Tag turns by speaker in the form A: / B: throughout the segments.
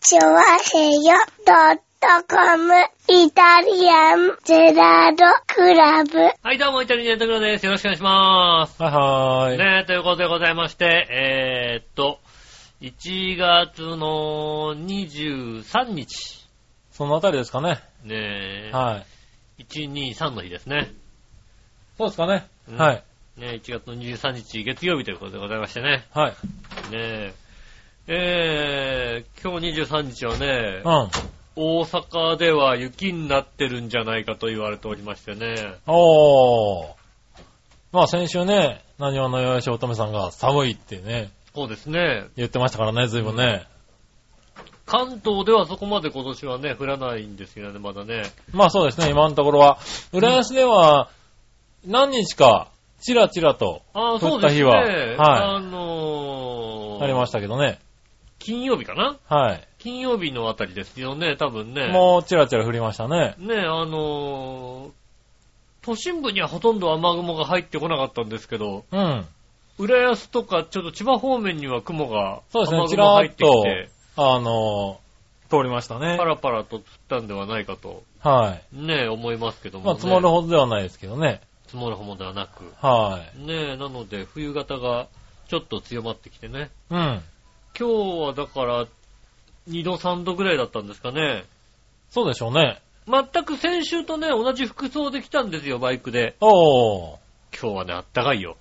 A: チョワヘヨドットコムイタリアンゼラードクラブ。
B: はい、どうも、イタリアンジェットクラブです。よろしくお願いします。
C: はいはーい。
B: ねえ、ということでございまして、えー、っと、1月の23日、
C: そのあたりですかね。
B: ねえ、
C: はい。
B: 123の日ですね。
C: そうですかね。
B: うん
C: はい。
B: ねえ、1月の23日月曜日ということでございましてね。
C: はい。
B: ねえ、えー、今日23日はね
C: う、ん。
B: 大阪では雪になってるんじゃないかと言われておりましてね。
C: おー。まあ先週ね、何話のよしおとめさんが寒いってね、
B: そうですね。
C: 言ってましたからね、ずいぶんね。
B: 関東ではそこまで今年はね、降らないんですよね、まだね。
C: まあそうですね、今のところは。浦安では、何日か、ちらちらと
B: ああ、そ
C: 降
B: う
C: っ
B: で
C: た
B: すね。
C: 日ははい
B: あのー、
C: ありましたけどね。
B: 金曜日かな
C: はい。
B: 金曜日のあたりですよね、多分ね。
C: もうちらちら降りましたね。
B: ね、あのー、都心部にはほとんど雨雲が入ってこなかったんですけど、
C: うん。
B: 浦安とかちょっと千葉方面には雲が、
C: そうですね
B: 雨雲が入ってきて、
C: あのー、通りましたね
B: パ。ラパラと降ったんではないかと、
C: はい。
B: ね、思いますけども、
C: まあ
B: ね。
C: 積もるほどではないですけどね。
B: 積もるほどではなく。
C: はい。
B: ね、なので冬型がちょっと強まってきてね。
C: うん。
B: 今日はだから、2度3度ぐらいだったんですかね。
C: そうでしょうね。
B: 全く先週とね、同じ服装で来たんですよ、バイクで。
C: おー。
B: 今日はね、あったかいよ。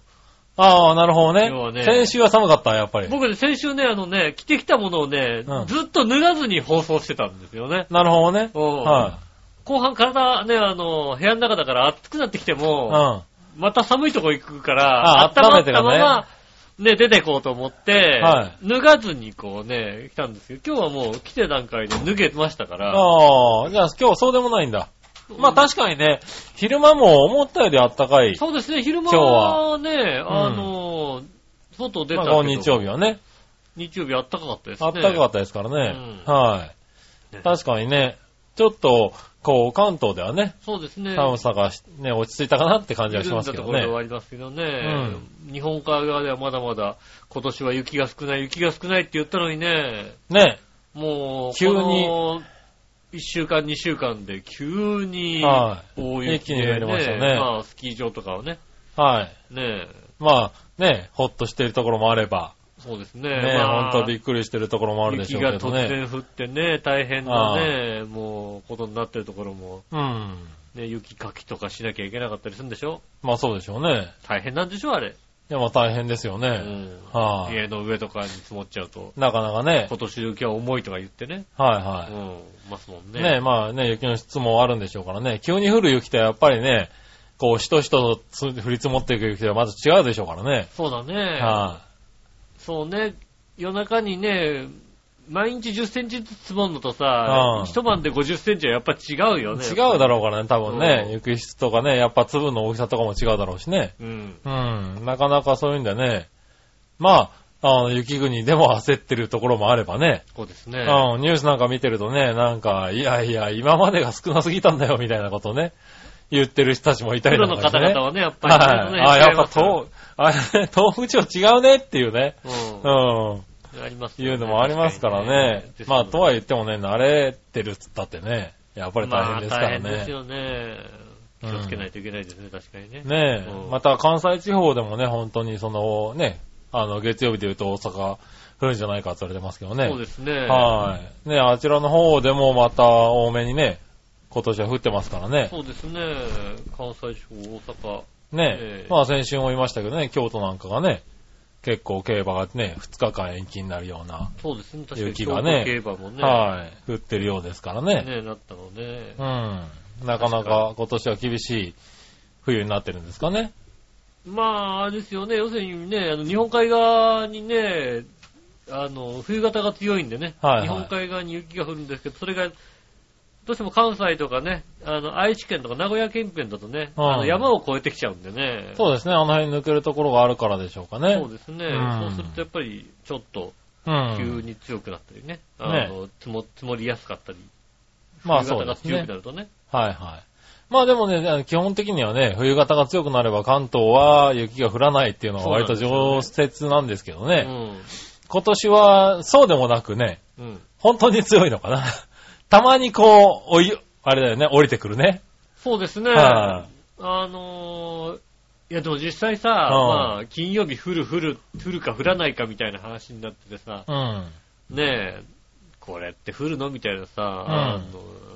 C: ああ、なるほどね
B: 要はね
C: 先週は寒かった、やっぱり。
B: 僕ね、先週ね、あのね、着てきたものをね、
C: うん
B: ずっと脱がずに放送してたんですよね。
C: なるほどね。
B: うん
C: は
B: 後半体ね、あの、部屋の中だから暑くなってきて
C: い。う
B: も、
C: ん。
B: また寒いとこ行くから、温ま
C: あ
B: ったま
C: 温めてから
B: ま、ね、出てこうと思って、
C: は
B: 脱がずにこうね、来たんですけど、今日はもう来て段階で脱げましたから、
C: ああ、じゃあ今日そうでもないんだ。まあ確かにね、昼間も思ったより暖かい。
B: そうですね、昼間
C: 今日
B: は
C: は
B: ね、あの、外出た
C: ま
B: け
C: あ
B: ど、
C: 日曜日はね。
B: 日曜日あったかかったですね。
C: 暖かかったですからね。はい、
B: ね
C: 確かにね、ちょっと、こう、関東ではね、
B: そうですね。
C: 寒さがし、ね、落ち着いたかなって感じはしますけ
B: 緩
C: ど
B: んだところで
C: ね。
B: はありますけどね。日本海側ではまだまだ今年は雪が少ない、雪が少ないって言ったのにね、
C: ね。
B: もう、
C: 急に
B: この1週間、2週間で急に
C: は
B: 大雪で、
C: 一気に降りましたね
B: まあ、スキー場とかはね、
C: はい。
B: ねえ
C: まあ、ね、ほっとしてるところもあれば、
B: そうですね。
C: ね、
B: まあ
C: ほんとびっくりしてるところもあるでしょ
B: 雪が
C: うけど
B: 突
C: ね。
B: 然降ってね、大変なね、もう、ことになってるところも、
C: うん。
B: ね、雪かきとかしなきゃいけなかったりするんでしょ
C: まあそうでしょうね。
B: 大変なんでしょあれ。
C: いや、まあ大変ですよね。
B: うん
C: はい、
B: 家の上とかに積もっちゃうと。
C: なかなかね。
B: 今年の雪は重いとか言ってね。
C: はいうは
B: ん。ますもん
C: い。
B: ね。
C: ねまあね、雪の質もあるんでしょうからね。急に降る雪とやっぱりね、こう、しとしとつ降り積もっていく雪とはまず違うでしょうからね。
B: そうだね。
C: は
B: そうね。夜中にね、毎日10センチずつ積もるのと
C: う
B: さ
C: ん、
B: 一晩で50センチはやっぱ違うよ
C: い、
B: ね。
C: 違うだろうからね、多分ね
B: う。ん
C: 雪質とかね、やっぱ粒の大きさとかも違うだろうしね。
B: うん。
C: うん。なかなかそういうんでね。まあ、あの、雪国でも焦ってるところもあればね。
B: そうですね。
C: うん、ニュースなんか見てるとね、なんか、いやいや、今までが少なすぎたんだよ、みたいなことをね、言ってる人たちもいた
B: プ
C: り
B: ロ
C: と
B: の
C: かして
B: 方
C: ね。
B: 々はね、やっぱり
C: はい。あ、やっぱ豆、あれ、豆腐町違うねっていうね。
B: うん
C: う。ん。
B: ありますよね
C: いうのもありますからね。まあ、とは言ってもね、慣れてるっつったってね。やっぱり大変ですから
B: まあ大変です
C: ね。
B: よね。気をつけないといけないですね、確かにね。
C: ね
B: うん
C: え。また関西地方でもね、本当にその、ね、あの、月曜日で言うと大阪降るんじゃないかって言われてますけどね。
B: そうですね。
C: はい。ね、あちらの方でもまた多めにね、今年は降ってますからね。
B: そうですね。関西地方、大阪。
C: ね、
B: ええ
C: まあ先週も言いましたけどね、京都なんかがね、結構競馬がね、2日間延期になるような、
B: そうですね。確かに
C: 雪がね
B: 京都競馬もね。
C: はい、降ってるようですからね。
B: ね、なったので
C: う、ん。なかなか今年は厳しい冬になってるんですかね。
B: まあ、あれですよね、要するにね、あの日本海側にね、あの、冬型が強いんでね、
C: はいはい
B: 日本海側に雪が降るんですけど、それが、どうしても関西とかね、あの、愛知県とか名古屋県県だとね、
C: うん
B: あの山を越えてきちゃうんでね。
C: そうですね、あの辺抜けるところがあるからでしょうかね。
B: そうですね。
C: うん
B: そうするとやっぱり、ちょっと、
C: うん。
B: 急に強くなったりね、あの、積も積もりやすかったり、
C: まあ
B: 冬
C: そ
B: 型
C: うで
B: が
C: す
B: 強く
C: ね
B: な。るとね、
C: はいはい。まあでもね、あの基本的にはね、冬型が強くなれば関東は雪が降らないっていうのは割と
B: そうなんで
C: 常設なんですけどね。
B: うん。
C: 今年はそうでもなくね、
B: うん。
C: 本当に強いのかな。 たまにこう、おい、あれだよね、降りてくるね。
B: そうですね。
C: は
B: あのー、いやでも実際さ、
C: ん
B: まあ、金曜日降る降る、降るか降らないかみたいな話になっててさ、
C: い。うん。
B: ねえ、これって降るのみたいなさ、あの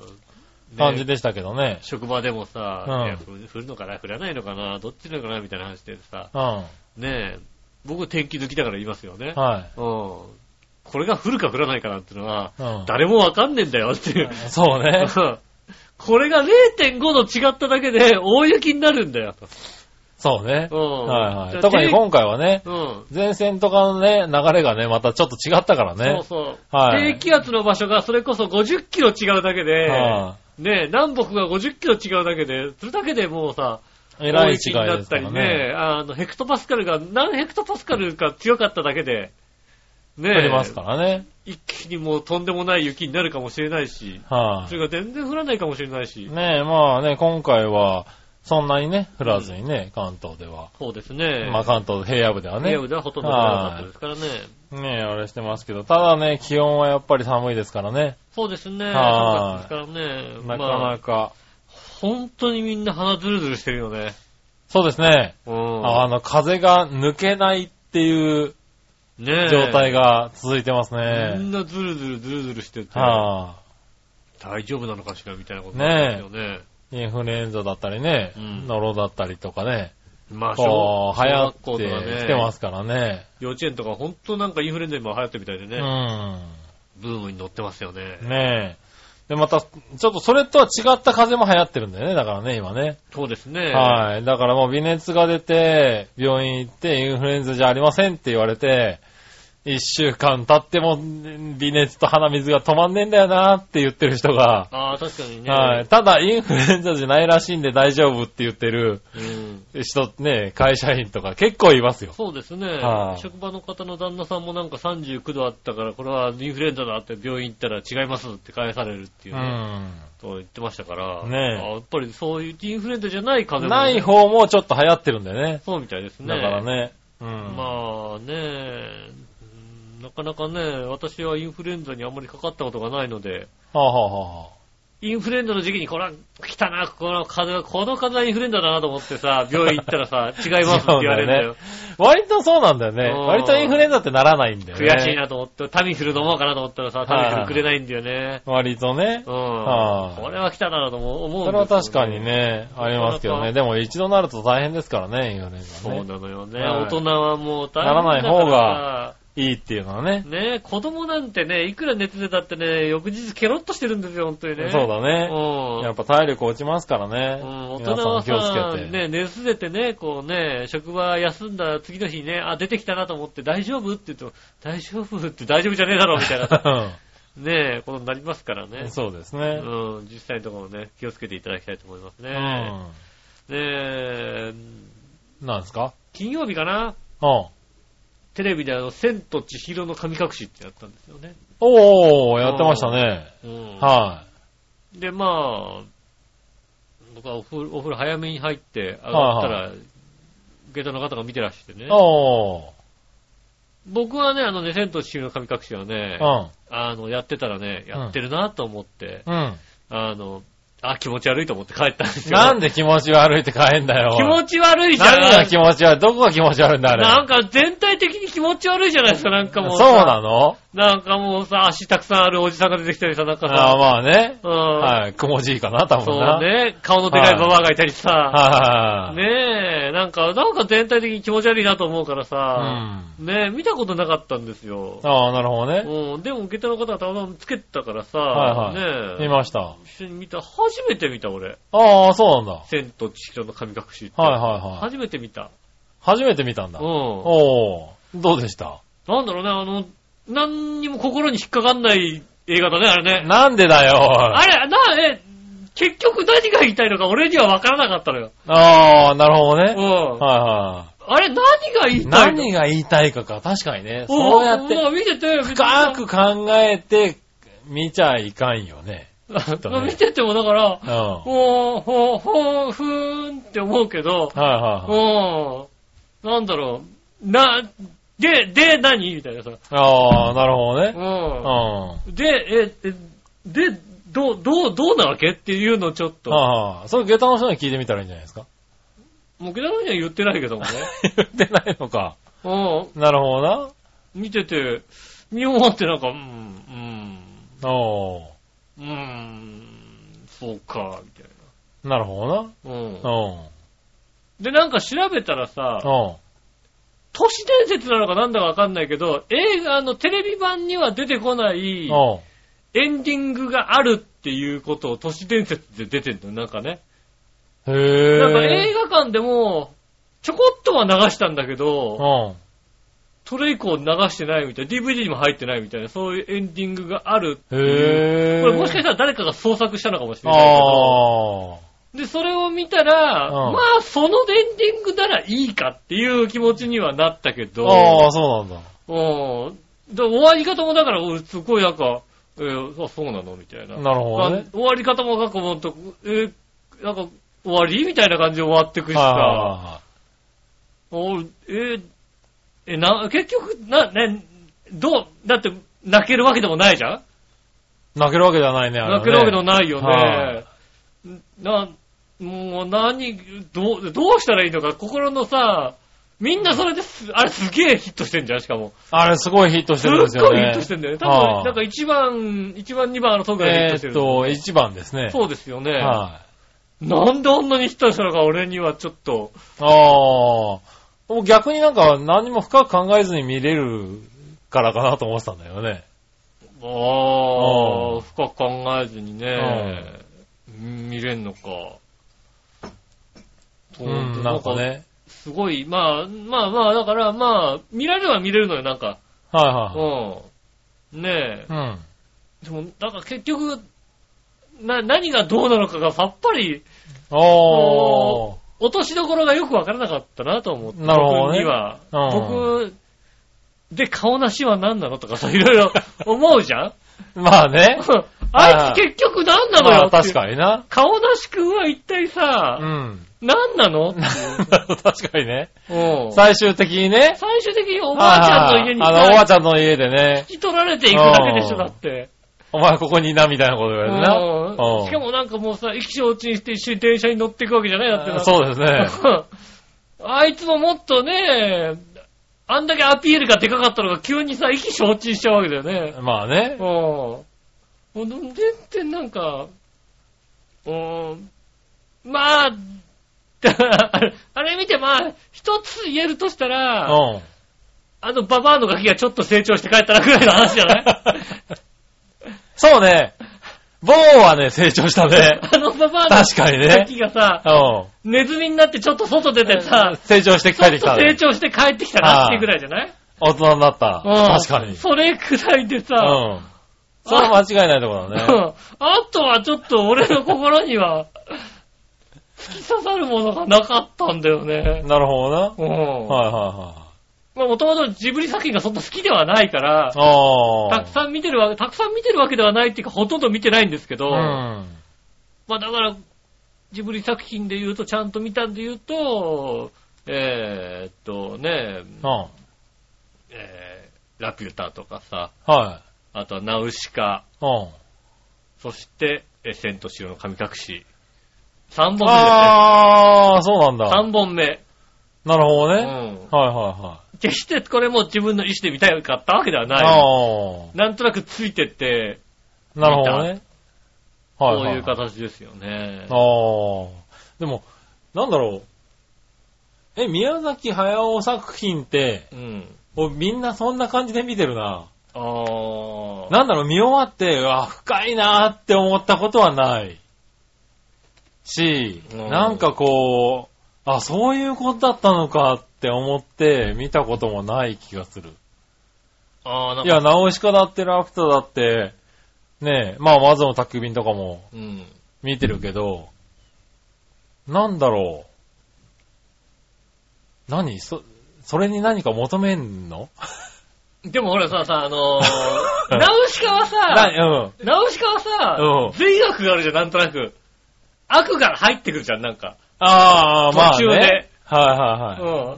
C: 感
B: ね
C: じでしたけどね。
B: 職場でもさ、
C: うん
B: いや降る降るのかな降らないのかなどっちなのかなみたいな話でさ、
C: うん。は
B: ねえ、僕天気好きだから言いますよね。
C: い。
B: うん。これが降るか降らないかなんてのは、
C: うん。
B: 誰もわかんねえんだよっていう。
C: そ うね。
B: これが0.5度違っただけで大雪になるんだよと。
C: そうね。
B: うん
C: はい
B: じ
C: は
B: ゃあ
C: い。特に今回はね、
B: うん。
C: 前線とかのね、流れがね、またちょっと違ったから
B: そう
C: ね。
B: そう、
C: はい
B: 低気圧の場所がそれこそ50キロ違うだけで、
C: は
B: ねえ南北が50キロ違うだけで、それだけでもうさ、
C: い。えら
B: 大
C: い違い
B: 雪にな
C: で
B: っ
C: す
B: た
C: か
B: り
C: ら
B: ね、
C: ね。
B: あの、ヘクトパスカルが何ヘクトパスカルか強かっただけで、ね
C: 降
B: え
C: りますからね。
B: 一気にもうとんでもない雪になるかもしれないし、
C: は
B: そ
C: い。
B: れが全然降らないかもしれないし、
C: ねえ、まあね、今回は、そんなにね、降らずにね、関東では。
B: そうですね。
C: まあ関東平野部ではね。
B: 平野部ではほとんど降らなかったですからね。
C: ねえ、あれしてますけど、ただね、気温はやっぱり寒いですからね。
B: そうですね。
C: は
B: 寒かったですからね。
C: なか
B: まあ
C: なか。
B: 本当にみんな鼻ズルズルしてるよね。
C: そうですね。
B: うん。
C: あの、風が抜けないっていう
B: ねえ
C: 状態が続いてます
B: み
C: ね。
B: んなズルズルズルズルしてて、
C: はあ、
B: 大丈夫なのかしらみたいなことなんですよね。
C: インフルエンザだったりね、
B: うん
C: ノロだったりとかね、
B: まあ、
C: こ
B: 小
C: う、流行
B: 学校とか
C: って
B: ね、
C: きてますからね。
B: 幼稚園とか本当なんかインフルエンザ今流行ってるみたいで
C: う
B: ね、ブームに乗ってますよね。
C: ん。ねえ。で、また、ちょっとそれとは違った風も流行ってるんだよね、だからね、今ね。
B: そうですね。
C: はい。だからもう微熱が出て、病院行って、インフルエンザじゃありませんって言われて、一週間経っても、微熱と鼻水が止まんねえんだよなって言ってる人が、
B: ああ、確かにね。
C: はい。ただ、インフルエンザじゃないらしいんで大丈夫って言ってる
B: うん。
C: 人、ね、会社員とか結構いますよ。
B: そうですね、
C: はい
B: 職場の方の旦那さんもなんか39度あったから、これはインフルエンザだって病院行ったら違いますって返されるっていううね、
C: ん。
B: と言ってましたから、
C: ねえ
B: あやっぱりそういうインフルエンザじゃない風邪も
C: ない方もちょっと流行ってるんだよね。
B: そうみたいですね。
C: だからね。うん。
B: まあねえ、うんなかなかね、私はインフルエンザにあんまりかかったことがないので、
C: あ、はあはあはあ
B: インフルエンザの時期にこれは来たな、この風邪、この風邪はインフルエンザだなと思ってさ、病院行ったら さ、違いますって言われるんだよ。
C: 割とそうなんだよね。
B: うん
C: 割とインフルエンザってならないんだよね。
B: 悔しいなと思って、タミフル飲もうかなと思ったらさ、タミフルくれないんだよね。
C: 割とね
B: うん。。
C: はい
B: これは来たなと思う。思う
C: そ
B: ん
C: れは
B: です
C: 確
B: けど
C: かに。ね、ありますけどね。でも一度なると大変ですからね、インフルエンザ
B: そう
C: ね。
B: なのよね。
C: はい
B: 大人はもう大変
C: ならな
B: だ
C: い
B: から
C: 方がいいっていうのはね。
B: ねえ、子供なんてね、いくら熱出たってね、翌日ケロッとしてるんですよ、本当にね。
C: そうだね。
B: うん。
C: やっぱ体力落ちますから
B: う
C: ね
B: ん、。大
C: 皆さ
B: 人は
C: ん気をつ
B: さ、
C: けて。
B: ね、熱出てね、こうね、職場休んだ次の日にね、あ、出てきたなと思って、大丈夫って言うと、大丈夫って大丈夫じゃねえだろ、みたい なねえ、ことになりますから
C: う
B: ね
C: ん。 そうですね。
B: うん、実際のところね、気をつけていただきたいと思います
C: う
B: ね。
C: ん。
B: で、
C: なんですか
B: 金曜日かな
C: うん。
B: テレビであの、千と千尋の神隠しってやったんですよね。
C: おー、やってましたね。
B: うん。
C: は
B: で、まあ、僕はお風呂お風呂早めに入って、上がったら、下駄の方が見てらっしゃってね
C: い。。おー。
B: 僕はね、あのね、千と千尋の神隠しはね、
C: うん。
B: あの、やってたらね、やってるなと思って、
C: うん。
B: あの、あ、気持ち悪いと思って帰ったんですよ。
C: なんで気持ち悪いって変えんだよ。
B: 気持ち悪いじゃん。
C: 何が気持ち悪いどこが気持ち悪いんだ、あれ。
B: なんか全体的に気持ち悪いじゃないですか、なんかもうさ。
C: そうなの
B: なんかもうさ、足たくさんあるおじさんが出てきたりさ、なんか
C: ああ、
B: さ、
C: まあね。
B: うん。
C: はい。くもじいかな、多分
B: そ
C: な。
B: う。ね、顔のでかいババアがいたりさ、
C: はいはいはい。
B: ねえ、なんか、なんか全体的に気持ち悪いなと思うから
C: う
B: さ、
C: ん。
B: ねえ、見たことなかったんですよ。
C: ああ、なるほどね。
B: うん、でも、受け手の方がたまたまつけてたからさ、
C: はい
B: ねえ、
C: 見ました。
B: 一緒に見た、初めて見た俺。
C: ああ、そうなんだ。は
B: 千と千尋の神隠しって。
C: いはいはい。
B: 初めて見た。
C: 初めて見たん
B: う
C: だ。
B: ん。
C: おー。どうでした
B: なんだろうね、あの、何にも心に引っかかんない映画だね、あれね。
C: なんでだよ、おい
B: あれ、な、え、結局何が言いたいのか俺には分からなかったのよ。
C: ああ、なるほど
B: う
C: ね。
B: ん。
C: は
B: あれ、何が言
C: いは
B: い
C: い。
B: たいの
C: 何が言いたいかか、確かにね。
B: ん
C: そうやって
B: もう見てて、
C: 深く考えて見ちゃいかんよね。とね
B: 見ててもだから
C: う、ん。はい
B: ほう、ほう、ほう、ふーんって思うけど、
C: はいは
B: う
C: い。
B: ん。なんだろう、な、で、で、何みたいなさ。
C: ああ、なるほどね。う。
B: うんん。で、え、えで、どう、どう、どうなわけっていうのをちょっと。
C: ああ、それ下駄の人に聞いてみたらいいんじゃないで すか。
B: もう下駄の人には言ってないけどもね。
C: 言ってないのか。
B: う
C: なるほどな。
B: ん。見てて、日本はってなんか、うん、
C: おー
B: うん、うん、そうか、みたい
C: なるほどな。
B: な。うん。
C: うん。
B: で、なんか調べたらさ、
C: うん。
B: 都市伝説なのかなんだかわかんないけど、映画のテレビ版には出てこない
C: うん。
B: エンディングがあるっていうことを都市伝説で出てんのよなんかね。
C: へえ。
B: なんか映画館でも、ちょこっとは流したんだけど、
C: うん。
B: それ以降流してないみたい、DVD にも入ってないみたいな、そういうエンディングがあるっていう。
C: へえ。
B: これもしかしたら誰かが創作したのかもしれないけど、
C: ああ。
B: で、それを見たら、
C: うん
B: まあ、そのエンディングならいいかっていう気持ちにはなったけど、
C: ああ、そうなんだ。
B: うん。で、終わり方もだから、俺すごいなんか、えーあ、そうなのみたいな。
C: なるほどね
B: あ終わり方もなんかもっと、えーなんか、終わりみたいな感じで終わってくしさ、
C: あ
B: おえーえ、な、結局、な、ね、どう、だって、泣けるわけでもないじゃん
C: ー泣けるわけじゃないね、あれは
B: 泣け
C: ね
B: るわけでもないよ
C: は
B: ね。な、もう何、どう、どうしたらいいのか、心のさ、みんなそれです、あれすげえヒットしてんじゃん、しかも。
C: あれすごいヒットし
B: す
C: て
B: っ
C: るん
B: ごい
C: ですよね。
B: ヒットしてんだよね。多分、
C: はい
B: なんか1番、1番、2番のトークがヒットして
C: えーっ
B: る。
C: と、1番ですね。
B: そうですよね。
C: はい。
B: なんであんなにヒットしたのか俺にはちょっと、
C: ああ。もう逆になんか何も深く考えずに見れるからかなと思ってたんだよね。
B: ああ、
C: うん
B: 深く考えずにね、見れんのか。そう
C: うん、なんか。ね。
B: すごい、まあ、まあまあ、だからまあ、見られは見れるのよ、なんか。
C: はいはいはい。
B: うん。ねえ
C: う。ん。
B: でも、だから結局、な、何がどうなのかがさっぱり、
C: おー。
B: 落としどころがよくわからなかったなと思って。
C: なるほどね
B: 僕には。
C: う
B: 僕、で、顔なしは何なのとかさ、いろい ろ思うじゃん
C: まあね。
B: あいつ結局何なの
C: ま
B: よ
C: あ
B: ってい
C: 確
B: う
C: かにな。
B: 顔なしくんは一体
C: う
B: さ、
C: ん。
B: 何なのっていう
C: 確かにね。
B: うん
C: 最終的にね。
B: 最終的におばあちゃんの家に
C: はいはいあの、おばあ
B: さ
C: ちゃんの家でね
B: 引、き取られていくだけでしょ、だって。
C: お前ここにいなみたいなこと言われてな。
B: う
C: うんん
B: しかもなんかもうさ、意気消沈して一緒に電車に乗っていくわけじゃないだってな
C: そうですね。
B: あいつももっとね、あんだけアピールがでかかったのが急にさ、意気消沈しちゃうわけだよね。
C: まあね
B: うん。。もうでも全然なんか、うん、まあ、 あれあれ見てまあ、一つ言えるとしたら、
C: うん。
B: あのババアのガキがちょっと成長して帰ったらぐらいの話じゃ ない
C: そうね。ボーはね、成長し たね。
B: あのババアの
C: 確かに
B: ガ
C: ね。
B: キがさ、
C: う
B: ネズミになってちょっと外出てさ
C: ん。、成長して
B: ちょ
C: 帰っ
B: って
C: き
B: と
C: た
B: 成
C: ね。
B: 長して帰ってきたなっていうぐらいじゃない
C: 大人になった。
B: うん
C: 確かに。うん。
B: それくらいでさ、
C: それは間違いないところだね。
B: あとはちょっと俺の心には、 突き刺さるものがなかったんだよね。
C: なるほどな。
B: うん。
C: はいは
B: まあもともとジブリ作品がそんな好きではないから
C: い、はい。ああ。
B: たくさん見てるわけ、たくさん見てるわけではないっていうか、ほとんど見てないんですけど、
C: うん。
B: まあだから、ジブリ作品で言うと、ちゃんと見たんで言うと、えー、っとね、
C: うん。
B: えーラピュタとかさ、
C: はい。
B: あとはナウシカ、
C: うん。
B: そして、えー千と千尋の神隠し。3本目で
C: ああ、そうなん
B: すね。
C: だ。
B: 3本目。
C: なるほ
B: う
C: どね。
B: ん。
C: はいはいはい。
B: 決してこれも自分の意思で見たかったわけではない。
C: あ
B: なんとなくついてって、
C: あ。なるほどね。は
B: こう
C: は
B: いう形ですよね。
C: ああ。でも、なんだろう。え、宮崎駿作品って、
B: うん。
C: おみんなそんな感じで見てるな。
B: あー。
C: なんだろう、見終わって、うわ、深いなーって思ったことはない。し、
B: うん
C: なんかこう、あ、そういうことだったのかって思って見たこともない気がする。
B: あーなん
C: い
B: か、
C: や、ナオシカだってラプターだって、ねえ、まあ、マズの宅急便とかも
B: うん。
C: 見てるけど、なんだろう。何そ、それに何か求めんの
B: でもほらさ、さ、あのー、ナウシカは
C: な
B: さ、
C: うん。
B: ナウシカはさ
C: う、ん
B: 善悪があるじゃん、なんとなく。悪が入ってくるじゃん、なんか。
C: ああ、まあ
B: 途中で
C: ね。はいはい
B: う
C: はい。
B: ん。
C: いや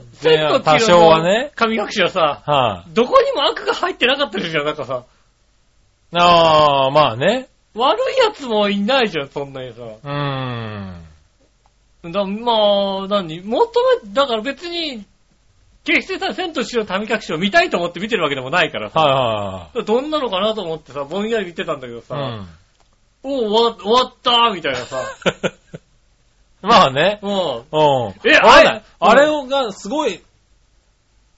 B: 千と
C: 多
B: 千尋
C: 少
B: の
C: はね
B: 神隠しはさ、
C: は
B: どこにも悪が入ってなかったじゃん、なんかさ。
C: い。ああ、まあね。
B: 悪い奴もいないじゃん、そんなにさ。
C: うーん。
B: だまあ、何求め、だから別に、決してさ、千と千尋の神隠しを見たいと思って見てるわけでもないからさ。
C: は
B: どんなのかなと思ってさ、ぼんやり見てたんだけど
C: いはいはい。う
B: さ、
C: ん。
B: おう終わ終わったーみたいなさ、
C: まあね。
B: うん。
C: うん。
B: え
C: あ
B: あれ
C: れ、あれがすごい、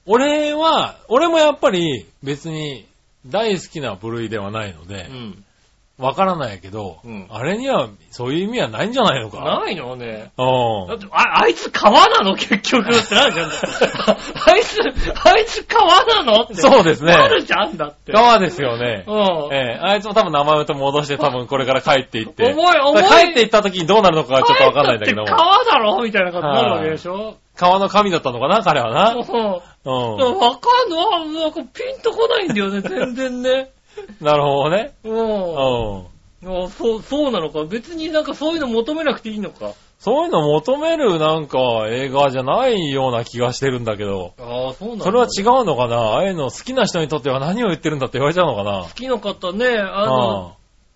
C: 俺は、俺もやっぱり別に大好きな部類ではないの
B: う
C: で、
B: ん。
C: わからないけど、
B: うん
C: あれにはそういう意味はないんじゃないのか。
B: ないのね。だ
C: う
B: っ
C: ん。
B: て、あ、あいつ川なの結局ってなるじゃん。 あいつ、あいつ川なのって。
C: そうですね
B: なるじゃんだって。
C: 側ですよね
B: う。ん。
C: ええあいつも多分名前を戻して多分これから帰っていって。
B: 重い重い
C: 帰っていった時にどうなるのかがちょっとわかんないんだけど
B: 帰
C: も
B: ったって川だろみたいな感じになるわけでしょ。
C: 川の神だったのかな、彼はな。
B: そうそう
C: う
B: わかんない。なんかピンとこないんだよ ね、全然ね。
C: ん。なるほどね。
B: う。
C: うんん。
B: あそう、そうなのか。別になんかそういうの求めなくていいのか。
C: そういうの求めるなんか映画じゃないような気がしてるんだけど、
B: ああ、そうなの
C: それは
B: う。
C: 違うのかなああいうの好きな人にとっては何を言ってるんだって言われちゃうのかな
B: 好きな方ね、あの、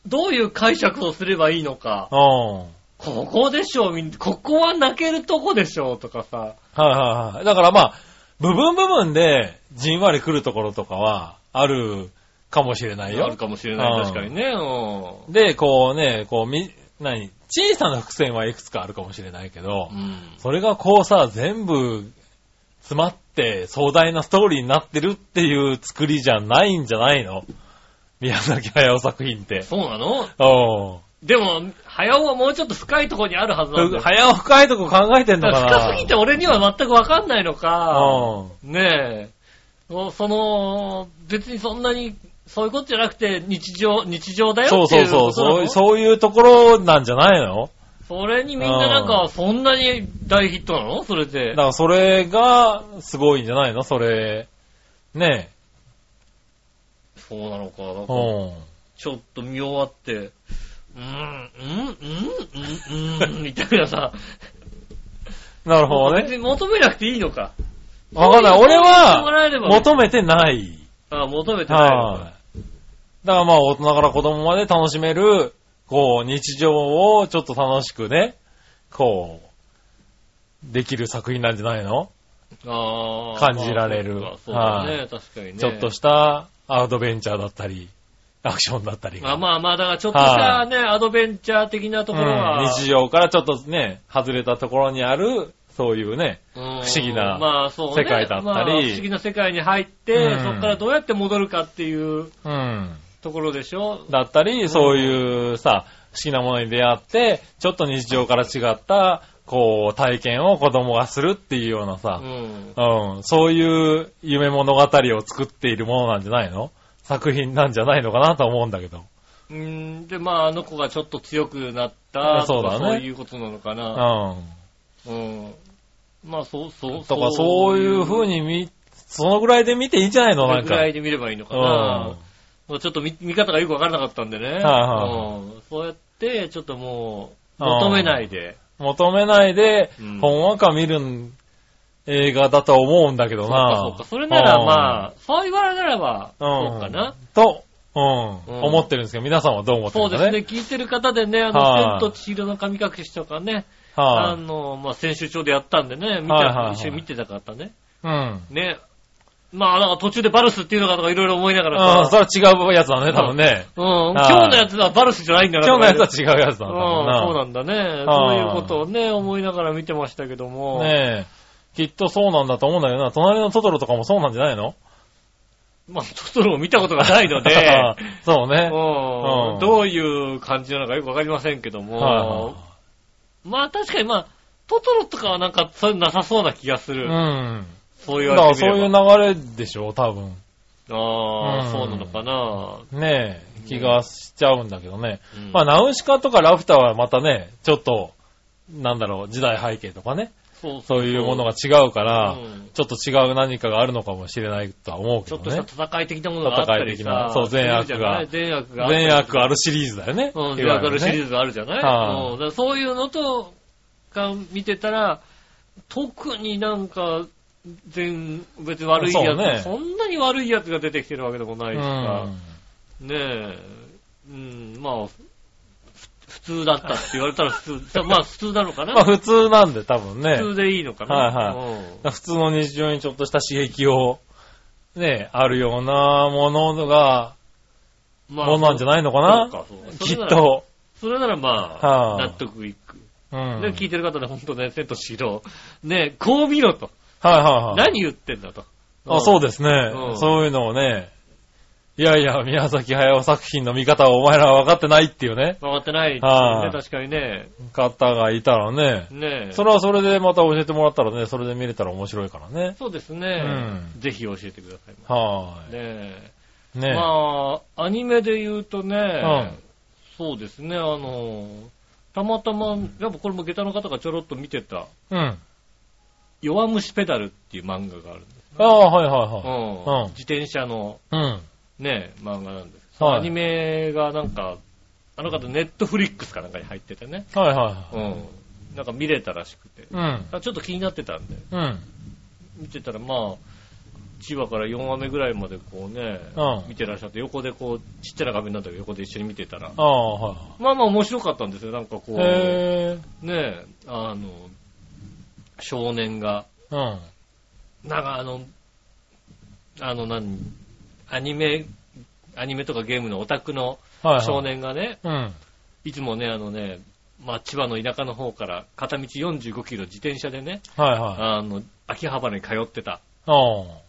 B: どういう解釈をすればいいのか。
C: うん。うん。
B: ここでしょ、みんここは泣けるとこでしょ、とかさ。
C: はいはいはい。だからまあ、部分部分でじんわり来るところとかはあるかもしれ
B: あ
C: ないよ
B: る。かもしれな
C: う
B: い、
C: ん
B: 確かにね。う
C: で、こうね、こうみ、何小さな伏線はいくつかあるかもしれないけ
B: ん。
C: ど、
B: うん。
C: それがこうさ、全部詰まって壮大なストーリーになってるっていう作りじゃないんじゃないの宮崎駿作品って。
B: そうなの
C: お
B: でも、早尾はもうちょっと深いとこにあるはずなんだ
C: う
B: よ。
C: 早を深いとこ考えてんの
B: だ
C: か
B: から
C: な
B: 深すぎて俺には全くわかんないのか。
C: うん。
B: ねえ。そその、別にそんなに、そういうことじゃなくて、日常、日常だ
C: そ
B: よ
C: う
B: って
C: そ
B: いううこと
C: そう
B: な
C: そ
B: の
C: う、そういうところなんじゃないの
B: それにみんななんか、そんなに大ヒットなのそれで
C: だか。らそれがすごいんじゃないのそれ、ね
B: そうなのか。なん
C: え。う
B: か
C: ん。
B: ちょっと見終わって、うーん、うん、うん、うん、うん、みたいなさ。
C: なるほど
B: 別
C: ね。
B: に求めなくていいのか。
C: わかんない。俺
B: 求めてもらえれば
C: は求めてない。
B: あ求めてないの
C: は
B: か。
C: い。だからまあ大人から子供まで楽しめる、こう、日常をちょっと楽しくね、こう、できる作品なんじゃないの、
B: あー
C: 感じられ
B: ま
C: る
B: あそうかそうだね。確かにね。
C: ちょっとしたアドベンチャーだったり、アクションだったりが。
B: まあまあまあ、だからちょっとした
C: は
B: ね、アドベンチャー的なところは、
C: うん日常からちょっとね、外れたところにある、そういうね、
B: うん
C: 不思議な
B: まあそうね
C: 世界だったり
B: まあ不思議な世界に入って、
C: うん
B: そこからどうやって戻るかっていう
C: うん。
B: ところでしょ。
C: だったり、そういうさ、好きなものに出会って、ちょっと日常から違った、こう、体験を子供がするっていうようなさ、
B: うん。
C: うん、そういう夢物語を作っているものなんじゃないの作品なんじゃないのかなと思うんだけど。
B: うん、で、まああの子がちょっと強くなった
C: そう
B: と
C: だ
B: か、
C: ね
B: そういうことなのか
C: う
B: な。
C: ん。
B: うん。まあそうそう。
C: とか、そういう風に見、そのぐらいで見ていいんじゃないの
B: そ
C: な
B: れ
C: ん
B: ぐ
C: か。
B: らいで見ればいいのか
C: うん。
B: な。まあちょっと見見方がよくわからなかったんでね。
C: は
B: うんそうやって、ちょっともう、求めないで。
C: 求めないで
B: うん、
C: ほんわか見るん映画だと思うんだけど
B: そうか
C: な。
B: そうか。それならまあ、そう言われならば、
C: うん
B: そうかな。
C: と、うん、
B: うん
C: 思ってるんですけど、皆さんはどう思っ
B: そ
C: てる
B: うんで
C: ですすか
B: ね
C: ね。。
B: 聞いてる方でね、あの、
C: は
B: 千
C: い
B: と千尋の神隠しとかね、あ
C: は
B: の、まあ、先週ちょうどやったんでね、見
C: はいはいは
B: た、
C: い
B: 一緒に見てた方ね。
C: い。うん。
B: ね。まあ、なんか途中でバルスっていうのかとかいろいろ思いなが
C: うん、
B: ら
C: そ
B: さ。
C: れは違うやつだね、多分ね。
B: うん、
C: はい
B: 今日のやつはバルスじゃないんだな
C: 今日のや
B: とか
C: つは違うやつだ
B: う
C: ね
B: ん、
C: 多分な。
B: そうなんだね。そ
C: は
B: う
C: い
B: いうことをね、思いながら見てましたけども。
C: ねえ。きっとそうなんだと思うんだけどな。隣のトトロとかもそうなんじゃないの
B: まあ、トトロを見たことがないの で、
C: そう
B: う
C: ね。うん
B: ん、どういう感じなのかよくわかりませんけど
C: は
B: も、まあ確かにまあ、トトロとかはなんかそういうのなさそうな気がす
C: い
B: る。
C: はいうん。
B: そう言
C: だ
B: わ
C: から
B: れてみ
C: そうい
B: れば。
C: う流れでしょ、多分。
B: ああ、
C: うん
B: そうなのかな。
C: ねえ、気がしちゃうんだけどね。
B: うん
C: まあ、ナウシカとかラフターはまたね、ちょっと、なんだろう、時代背景とかね、
B: そうそ
C: そういうものが違うから、ちょっと違う何かがあるのかもしれないとは思うけ
B: ちょっ
C: ど
B: とした
C: ね。
B: 戦い的なものがあったり
C: 戦い的
B: さ
C: な。そう善悪が
B: 善悪が。
C: 善悪あ
B: る。
C: るシリーズだよね。
B: うん、
C: い
B: 善
C: わ
B: 悪
C: ゆ
B: ある
C: るね
B: シリーズがあるじゃない、
C: はい
B: うんだからそういうのとか見てたら、特になんか、全、別に悪いやつ、
C: そうね
B: そんなに悪いやつが出てきてるわけでもな
C: う
B: いしさ、
C: ん。
B: ねえ、うん、まあ、ふ普通だったって言われたら普通、 まあ普通なのかな、
C: まあ普通なんで多分ね。
B: 普通でいいのかな。
C: はい
B: うん
C: 普通の日常にちょっとした刺激を、ね、あるようなものが、
B: ま
C: ものなんじゃ
B: ない
C: ないのかな
B: そうかそう
C: き
B: それ
C: っ
B: なら
C: と。
B: それならまあ、
C: はあ
B: 納得いく。
C: うん。はい
B: ね、聞いてる方で本当ね、千と千尋。ね、こう見ろと。
C: はいはい。
B: 何言ってんだと。
C: あ、そう
B: で
C: ですね、
B: うん
C: そういうのをね、いやいや、宮崎駿作品の見方をお前らは分かってないっていうね、
B: す。回ってない、ね。
C: はい
B: 確かにね。
C: 方がいたらね、
B: ね
C: それはそれでまた教えてもらったらね、それで見れたら面白いからね。
B: そうですね、
C: う
B: ぜひ教えてくださいま
C: は
B: せ。ね
C: い。ね、
B: まあ、アニメで言うとね、そうですね、あの、たまたま、やっぱこれも下駄の方がちょろっと見てた、
C: うん。あ
B: 弱虫ペダルっていう漫画があるんです。
C: あ、はいは
B: うん
C: うん
B: 自転車の
C: いはい。
B: ね、漫画なんです。
C: うん。はい。
B: アニメがなんか、あの方ネットフリックスかなんかに入っててね。
C: はいはいは
B: う
C: い。
B: ん。なんか見れたらしくて。
C: うん。
B: あちょっと気になってたんで、
C: うん。
B: 見てたらまあ、1話から4話目ぐらいまでこうね、
C: うん
B: 見てらっしゃって、横でこう、ちっちゃな画面なんだけど、横で一緒に見てたら、
C: ああ、はいは
B: まあまあ面白かったんですよ。なんかこ
C: い。
B: う、ね
C: へえ。
B: え、あの、少年が、
C: うん。
B: なんかあの、あの何、アニメ、アニメとかゲームのオタクの
C: はい、はい。
B: 少。年がね、
C: うん。
B: いつもね、あのね、まあ、千葉の田舎の方から片道45キロ自転車でね、
C: はいはい。
B: あの、秋葉原に通ってた
C: ああ。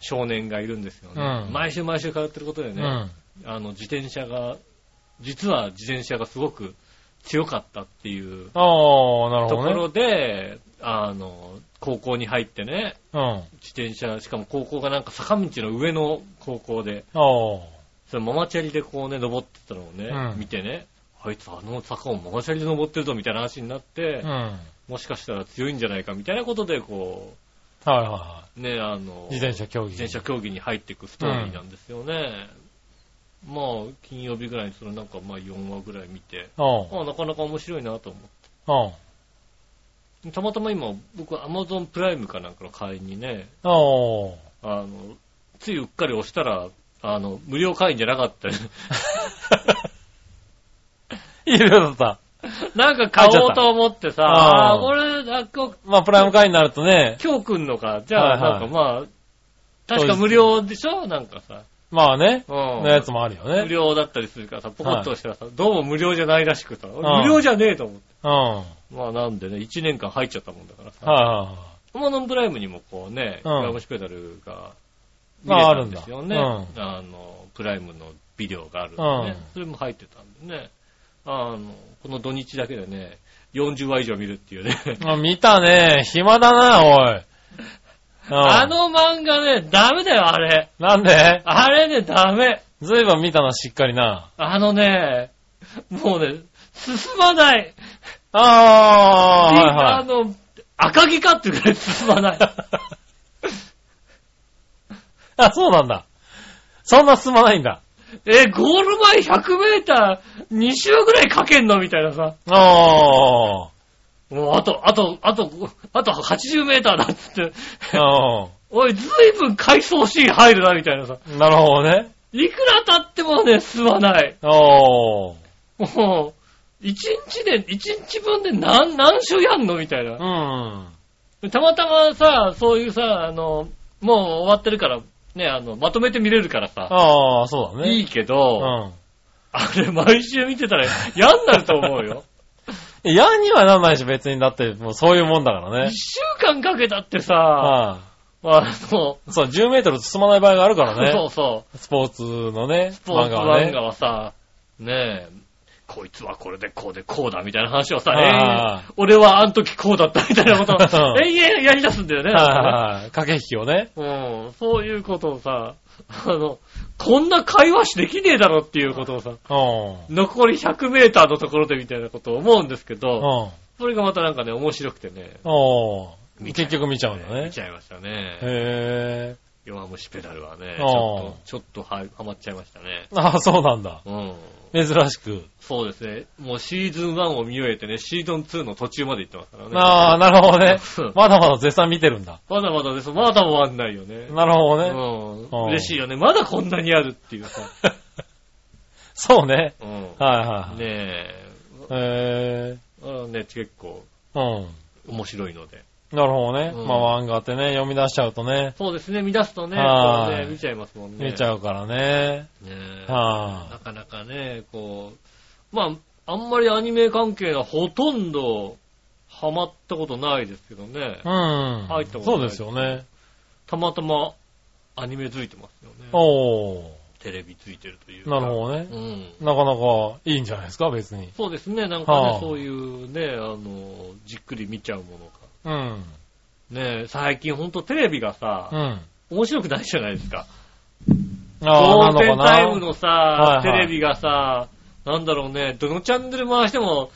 B: 少年がいるんですよね。
C: うん
B: 毎週毎週通ってることで
C: う
B: ね、
C: ん。
B: あの、自転車が、実は自転車がすごく強かったっていう
C: ああ、なる
B: とこ
C: ほどね。
B: ろで、あの、高校に入ってね、
C: うん。あ
B: 自転車、しかも高校がなんか坂道の上の高校で、
C: あ。
B: そのママチャリでこうね、登ってたのをね、
C: うん
B: 見てね、あいつあの坂をママチャリで登ってるぞみたいな話になって、
C: うん。はい
B: もしかしたら強いんじゃないかみたいなことで、こ
C: はいは
B: う、ね、あの、
C: い。自転車競技。
B: 自転車競技に入っていくストーリーなんですよね。まあ、金曜日ぐらいにそのなんかまあ4話ぐらい見て、
C: う
B: まあなかなか面白いなと思
C: ん。うん。
B: って。たまたま今、僕 Amazon プライムかなんかの会員にね、
C: おー。
B: あの、ついうっかり押したら、あの、無料会員じゃなか った。
C: いい色だった。
B: なんか買おうと思ってさ、
C: あ
B: あ
C: あ
B: ーこれ、あこう
C: まあ、プライム会員になるとね、
B: 今日来んのか。じゃあ、
C: はい
B: な
C: は
B: ん
C: い
B: かまあ、確か無料でしょなんかさ。
C: まあね、
B: うん。
C: のやつもあるよ
B: 無
C: ね。
B: 料だったりするからさ、ポコッと押したらさ、どうも無料じゃないらしくさ、
C: あ
B: 俺
C: あ
B: 無料じゃねえと思って。
C: うん。は
B: まあなんでね、1年間入っちゃったもんだから
C: い
B: さ、
C: は
B: アマノンプライムにもこうね、
C: う
B: グ
C: ん
B: ラムシペダルが見
C: まああ
B: れたん
C: るん
B: で
C: だ
B: すよね。あ
C: う
B: の、プライムのビデオがあるんでね
C: うん。
B: それも入ってたんでね。あの、この土日だけでね、40話以上見るっていうね。
C: い。あ見たね。暇だな、おい。うん
B: あ、の漫画ね、ダメだよ、あれ。
C: なんで
B: あれね、ダメ。
C: ずいぶん見たな、しっかりな。
B: あのね、もうね、進まない。
C: あー、
B: あ
C: は
B: の、赤毛かっていうぐらい進ま ない。
C: い はい。あ、そうなんだ。そんな進まないんだ。
B: え、ゴール前100メーター2周ぐらいかけんのみたいなさ。
C: あー。
B: もうあと、あと、あと、あと80メーターだっつって。
C: あ
B: おい、ずいぶん回想シーン入るな、みたいなさ。
C: ーなるほどね。
B: いくら経ってもね、進まない。
C: おー。
B: もう、1日で、1日分で何、何周やんのみたいな
C: う。ん。
B: たまたまさ、そういうさ、あの、もう終わってるから、ね、あの、まとめて見れるからさ、
C: あー、そうだね。
B: いいけど、
C: うん。
B: あれ毎週見てたら嫌になると思うよ。
C: 嫌にはなんないし、別に。だって、もうそういうもんだから
B: 一
C: ね。
B: 週間かけたってさ、
C: は
B: あの、
C: い。そう、10メートル進まない場合があるから
B: そ
C: ね
B: う。そう、
C: スポーツのね、
B: スポー
C: 漫
B: ツ
C: 画は
B: 漫画
C: ね。
B: はさ、ねえ、こいつはこれでこうでこうだみたいな話をさ、
C: はいはい
B: 永遠俺はあの時こうだったみたいなことを
C: うん
B: 永遠やり出すんだよね。なんかね
C: はいはい。駆け引きをね。
B: うん、そういうことをさ、あの、こんな会話しできねえだろっていうことをさ、
C: うん。
B: 残り100メーターのところでみたいなことを思うんですけ
C: う
B: ど、
C: ん。
B: それがまたなんかね、面白くてね、
C: おー結局見ちゃうんだね
B: 見。ちゃいましたね。
C: へ
B: 弱虫ペダルはね、ち
C: あー
B: ょっと、ちょっとはハマっちゃいましたね。
C: ああ、そうなんだ。
B: うん。
C: 珍しく。
B: そうですね。もうシーズン1を見終えてね、シーズン2の途中まで行ってますからね。
C: ああ、なるほどね
B: うん。
C: まだまだ絶賛見てるんだ。
B: まだまだです。まだ終わんないよね。
C: なるほどね。
B: う。
C: うんん
B: 嬉しいよね。まだこんなにあるっていうさ。
C: そうね。
B: うん。
C: はいはいはい。
B: ね
C: え
B: え。あね、結構
C: ー、うん。
B: 面白いので。
C: なるほどね。
B: うん
C: まあ漫画ってね、読み出しちゃうとね、
B: そうですね、見出すとね、こ
C: は
B: う
C: い
B: ね、見ちゃいますもんね。
C: 見ちゃうからね。
B: ねえな
C: は
B: かなかね、こう、まあ、あんまりアニメ関係がほとんどハマったことないですけどね
C: い。。うん
B: 入った。こと
C: そう
B: ない
C: ですよね。
B: たまたまアニメついてますよね。
C: おー。
B: テレビついてるというか。
C: なるほどね。
B: うん。
C: なかなかいいんじゃないですか、別に。
B: そうですね、なんか
C: は
B: ね
C: あ、
B: そういうね、あの、じっくり見ちゃうものが。
C: うん。
B: ねえ最近ほんとテレビが
C: う
B: さ、
C: ん。
B: 面白くないじゃないですか。ゴ
C: ああ、な
B: ールデン
C: の
B: タイム
C: かな。
B: の
C: は
B: さ、
C: い
B: テレビがさ、なんだろうね、どのチャンネル回しても、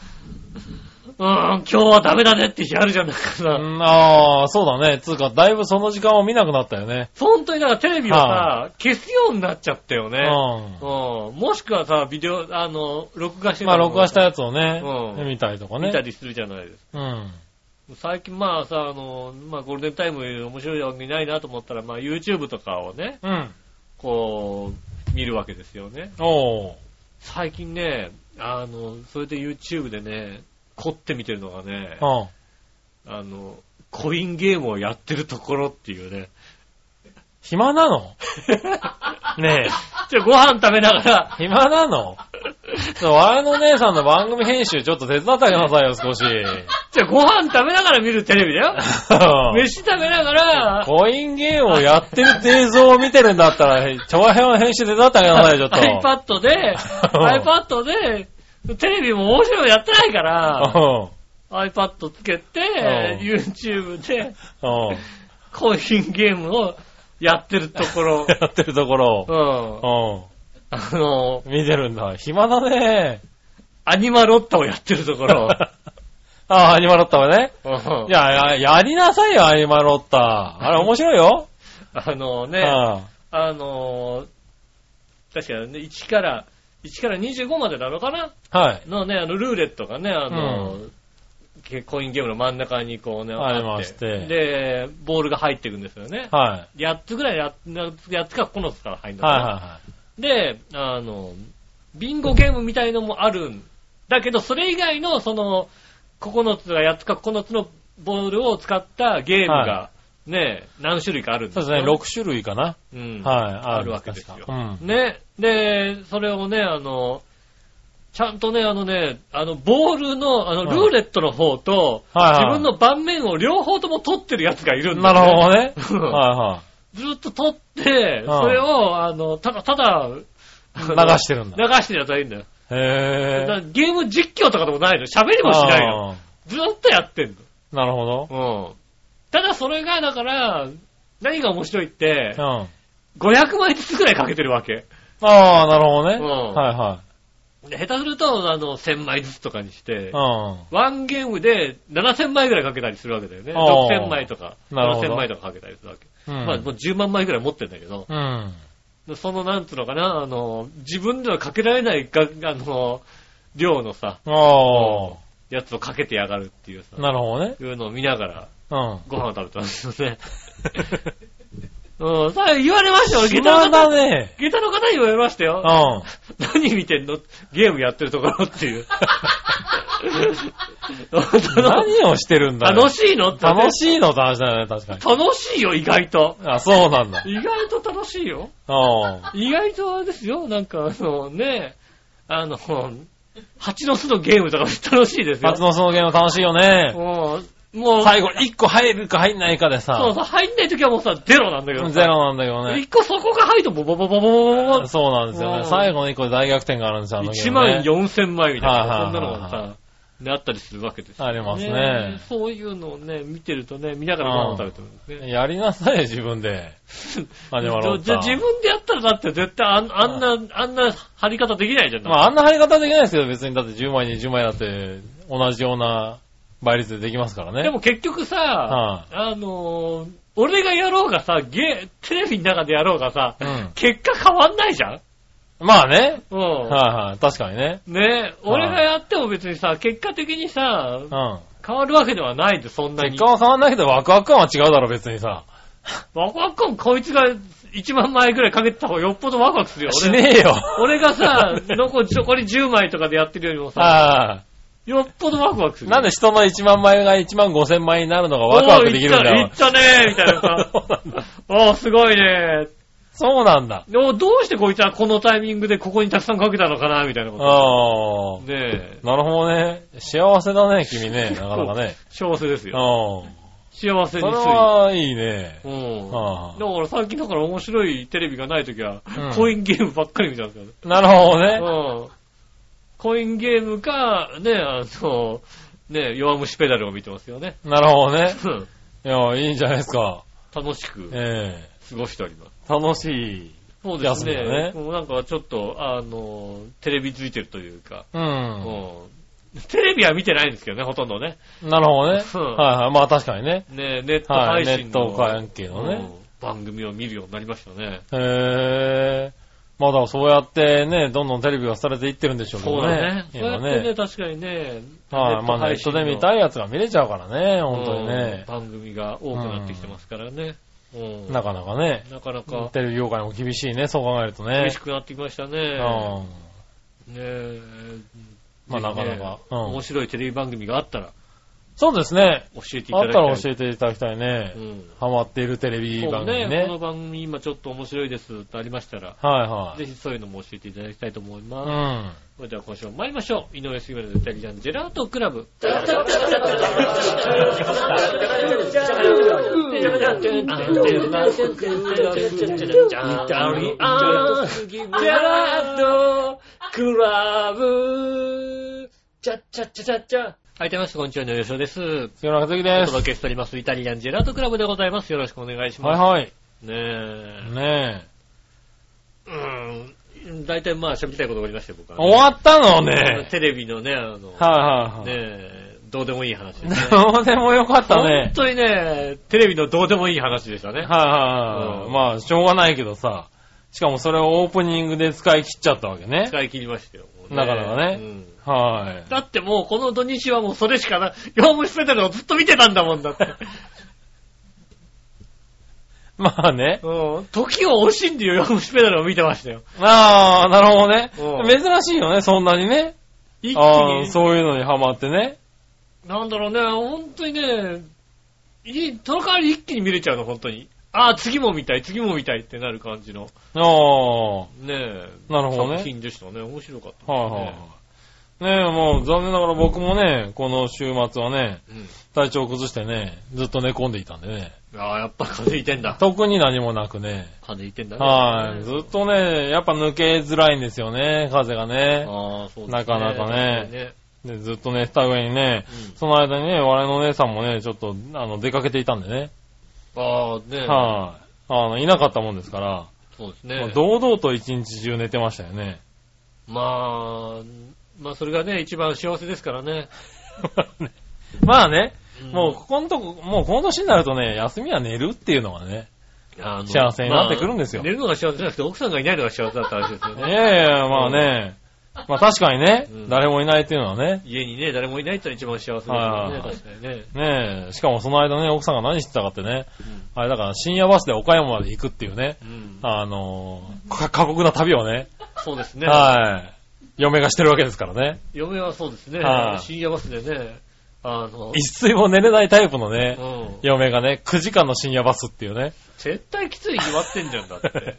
B: うーん、今日はダメだねって日あるじゃないか
C: う
B: な。
C: ん、ああ、そうだね。つうか、だいぶその時間を見なくなったよね。
B: 本当にだからテレビを
C: は
B: さ、消すようになっちゃったよ
C: う
B: ね。
C: ん。
B: うん。もしくはさ、ビデオ、あの、録画して
C: まあ、録画したやつを
B: う
C: ね
B: ん、
C: 見たりとか
B: 見た
C: ね。
B: りするじゃないですか。
C: うん。
B: 最近まあさ、あの、まあゴールデンタイム面白いわけないなと思ったら、まあ YouTube とかをね、
C: うん。
B: こう、見るわけですよね。
C: おー。
B: 最近ね、あの、それで YouTube でね、凝って見てるのがね、
C: うん。
B: あの、コインゲームをやってるところっていうね。
C: 暇なの ねえ。
B: じゃあご飯食べながら、
C: 暇なのそう笑いのお姉さんの番組編集ちょっと手伝ってあげなさいよ、少し。
B: じゃあご飯食べながら見るテレビだ よ。飯食べながら、
C: コインゲームをやってるって映像を見てるんだったら、長編の編集手伝ってあげなさい よ、ちょっと。
B: iPad で、iPad で、テレビも面白いのやってない から、iPad つけて、
C: うん
B: YouTube で
C: うん。うん。
B: コインゲームをやってるとこ ろ。
C: やってるところ
B: う。ん。
C: う
B: あの、
C: ん。見てるんだ。暇だね。
B: アニマロッタをやってるとこ ろ。
C: ああ、アニマロッタはね。
B: うん
C: いや、や、やりなさいよ、アニマロッタ。あれ面白いよ。
B: あの
C: う
B: ね、
C: ん。
B: あのー確かね、1から、1から25までなのかな
C: はい。
B: のね、あの、ルーレットがね、あのーけコインゲームの真ん中にこうね、
C: ありま
B: って
C: して
B: で、ボールが入っていくんですよね。
C: はい。
B: 8つぐらいや、8つか9つから入るのかな
C: はいは
B: で、あの、ビンゴゲームみたいのもあるんだけど、それ以外の、その、9つが8つか9つのボールを使ったゲームが
C: は、
B: ね、何種類かあるん
C: い。
B: で
C: そうですす
B: よ
C: ね、6種類かな。
B: うん。
C: はい、
B: あるわけですよ
C: 確かうん。
B: ね、で、それをね、あの、ちゃんとね、あのね、あの、ボールの、あの、
C: うん
B: ルーレットの方と、
C: はいはい
B: 自分の盤面を両方とも取ってるやつがいるんだ
C: なる
B: よ ね、
C: ほどね。は
B: ずっと取って、
C: うん
B: それを、あの、ただ、ただ、
C: いはい。流してるんだ。
B: 流してるやつがいいんだよ。だ
C: へ
B: か
C: ぇ
B: らゲーム実況とかでもないの。喋りもしないの。ずーっとやってん
C: なるほど。
B: の。うん。ただそれが、だから、何が面白いって
C: うん。、あ
B: 500枚ずつくらいかけてるわけ。
C: あ、なるほどね。
B: うん
C: はいは
B: で下手すると、あの、1000枚ずつとかにして
C: い。、う
B: ワンゲームで7000枚くらいかけたりするわけだよね。
C: あー
B: 6000枚とか、
C: なるほど
B: 7000枚とかかけたりするわけ。
C: ん。
B: まあ、もう10万枚くらい持ってんだけど、
C: うん。
B: その、なんつうのかな、あの、自分ではかけられないが、あの、量のさ、
C: あ
B: やつをかけてやがるっていうさ
C: あ、、なるほどね。
B: いうのを見ながら、
C: うん。
B: ご飯を食べたんですよね。うん、さあ言われましたよ、下
C: 暇
B: 駄の
C: だ
B: 方。
C: ね。
B: 下駄の方に言われました
C: う
B: よ。
C: ん。
B: 何見てんのゲームやってるところっていう。その
C: 何をしてるんだよ
B: 楽しいのって
C: 楽しいのって話だよね、確かに。
B: 楽しいよ、意外と。
C: あ、そうなんだ。
B: 意外と楽しいよ。
C: うん。
B: 意外とあれですよ、なんかあのね、あの、蜂の巣のゲームとか楽しいですよ
C: 夏。のそのゲーム楽しいよね。
B: うんもう、
C: 最後、1個入るか入んないかで
B: そう
C: さ、
B: そう、入んない時はもうさ、ゼロなんだけどさ。
C: ゼロなんだけどね。
B: 一個そこが入るとボボボボボボボボボ
C: そうなんですよ
B: うん
C: ね。最後の1個で大逆転があるんですよ、あのゲー
B: 1
C: ムね
B: 万4000枚みたいな、そ
C: は
B: ん
C: い
B: な
C: は
B: の
C: いはいはい
B: がさ、ねあったりするわけですよ
C: ありますね
B: えそういうのをね、見てるとね、見ながらご飯を食べてるんですね。
C: やりなさいよ、自分で。アニマロッ
B: じゃ
C: タ
B: あ。自分でやったらだって絶対あんあんな、あんな貼り方できないじゃん。
C: まあ、あんな貼り方できないですけど、別にだって10枚、20枚だって、同じような倍率でできますからね。
B: でも結局さ、
C: は
B: あのー俺がやろうがさ、ゲー、テレビの中でやろうがさ、
C: うん
B: 結果変わんないじゃん
C: まあね。
B: うん。
C: はいはい。確かにね。
B: ね俺がやっても別にさ、結果的にさ、
C: うん。
B: 変わるわけではないで、そんなに
C: 結果。は変わんないけど、ワクワク感は違うだろ、別にさ。
B: ワクワク感こいつが1万枚ぐらいかけてた方がよっぽどワクワクするよ。
C: し
B: 俺
C: ねえよ。
B: 俺がさ、残りちょこり10枚とかでやってるよりもさ、
C: は
B: よっぽどワクワクす
C: い。
B: る。
C: なんで人の1万枚が1万5千枚になるのがワクワクできるんだ
B: おーい
C: よ。
B: っ。たいったねーみたいなさ
C: そうなんだ
B: おー、すごいね
C: そうなんだ。
B: ー。でもどうしてこいつはこのタイミングでここにたくさんかけたのかなみたいな
C: あ
B: こ
C: あ
B: と。。ねえ。
C: なるほどね。幸せだね、君ね。なかなかね。
B: 幸せです
C: うん
B: よ。。幸
C: そ
B: せ
C: れ
B: につい
C: はいいね。
B: うん。
C: は
B: だから最近だから面白いテレビがないときは
C: うん、
B: コインゲームばっかり見たんですよね。
C: あ、なるほどね。
B: うん。コインゲームか、ね、あの、ね、弱虫ペダルを見てますよね。
C: なるほどね。
B: うん
C: いや、いいんじゃないですか。
B: 楽しく
C: え
B: 過ごしております。
C: え楽しい。
B: そうです
C: 休みだ
B: ね。
C: ね
B: もうなんかちょっと、あの、テレビついてるというか、
C: う。
B: うんん。テレビは見てないんですけどね、ほとんどね。
C: なるほどね。
B: うん
C: はいはい。まあ確かにね。
B: ね、ネット
C: は
B: 配
C: い。ネ
B: 信
C: ット
B: の、
C: 関係のね。
B: うん番組を見るようになりましたね。
C: へえ。まあだからそうやってね、どんどんテレビが廃れていってるんでしょうけ
B: そう
C: ど
B: だ
C: ね
B: ね。。そうや
C: 今
B: ってね、
C: ね。
B: 確かにね、
C: はい。まあネ
B: 配
C: ット
B: 信
C: で
B: の
C: 見たいやつが見れちゃうからね、本当に
B: う
C: ね
B: ん。番組が多くなってきてますからね。うん
C: なかなかね。
B: なかなか
C: テレビ業界も厳しいね、そう考えるとね
B: 厳し。くなってきましたね。
C: うん。
B: ねえ。
C: ま
B: ぜひね
C: あなかなかうん
B: 面白いテレビ番組があったら
C: そうですね。
B: 教えてい
C: あ
B: ただ
C: っ
B: き
C: た
B: たい。
C: ら教えていただきたいね。
B: うん。
C: ハマっているテレビ
B: そ
C: 番
B: う
C: 組
B: ね、こ
C: ね
B: の。番組今ちょっと面白いですってありましたら、
C: はいはい
B: ぜ。ひそういうのも教えていただきたいと思いうます。
C: ん。
B: それでは今週も参りましょう。井上杉村のイタリアンジェラートクラブ。はい、どうもこんにちは、井上翔です。
C: 杉村和之
B: お
C: です。
B: 届けしております、イタリアンジェラートクラブでございます。よろしくお願いしま
C: は
B: す。
C: いはい。
B: ねえ。
C: ね
B: う
C: え。
B: ーん。大体まあ喋りたいことがありましたよ、僕は、
C: 終わったのね。
B: テレビのね、あの、
C: はいはいは
B: ね
C: い。
B: え、どうでもいい話 ですね。
C: どうでもよかった
B: 本
C: ね。
B: 当にね、テレビのどうでもいい話でしたね。
C: はいはいは
B: う
C: い。
B: ん
C: まあ、しょうがないけどさ。しかもそれをオープニングで使い切っちゃったわけね。
B: 使い切りましたよ。もう
C: なかなかね
B: うん
C: は
B: だってもうこの土日はもうそれしかない。弱虫ペダルをずっと見てたんだもんだ って。
C: い。まあね。
B: うん。時を惜しんで弱虫ペダルを見てましたよ。
C: ああ、なるほ
B: う
C: どね。珍しいよね、そんなにね。
B: 一気
C: ああ、
B: に。
C: そういうのにハマってね。
B: なんだろうね、本当にね、いい、その代わり一気に見れちゃうの、本当に。ああ、次も見たい、次も見たいってなる感じの。
C: ああ、
B: ねえ。
C: なるほどね。
B: 作品でしたね。面白かった、
C: はいはい。ねえ、もう残念ながら僕もね、この週末はね、
B: い。うん。
C: 体調を崩してね、ずっと寝込んでいたんでね。
B: ああ、やっぱ風邪いてんだ。
C: 特に何もなくね。
B: 風邪いてんだね。
C: はい。
B: ずっ
C: ずっとね、やっぱ抜けづらいんですよね、風がね。
B: ああ、そうですね。
C: なかなかね
B: 確にね。
C: でずっと寝てた上にね、
B: うん
C: その間にね、我のお姉さんもね、ちょっと、あの、出かけていたんでね。
B: ああ、ね
C: はい。あの、いなかったもんですから、
B: そうです
C: も
B: ね
C: う。堂々と一日中寝てましたよね。
B: まあ、まあ、それがね、一番幸せですからね。
C: まあね、もう
B: うん
C: ここのとこ、もうこの年になるとね、休みは寝るっていうのがね、
B: あの
C: 幸せになってくるんですよ
B: まあ寝るのが幸せじゃなくて、奥さんがいないのが幸せだった話ですよ
C: いや
B: ね。
C: いや、まあね。まあ確かにね、
B: うん
C: 誰もいないっていうのはね。
B: 家にね、誰もいないってのが一番幸せですよ
C: は
B: ね。
C: いはいはい
B: 確かにね。
C: ねえ、しかもその間ね、奥さんが何してたかってね、あれだから深夜バスで岡山まで行くっていうね、
B: うんうん
C: あのーか過酷な旅をね、
B: そうですね。
C: はい。嫁がしてるわけですからね。
B: 嫁はそうですね
C: はい。
B: 深夜バスでね、あの、
C: 一睡も寝れないタイプのね
B: う、ん
C: 嫁がね、9時間の深夜バスっていう ね、
B: 絶対きついに決まってんじゃんだ って。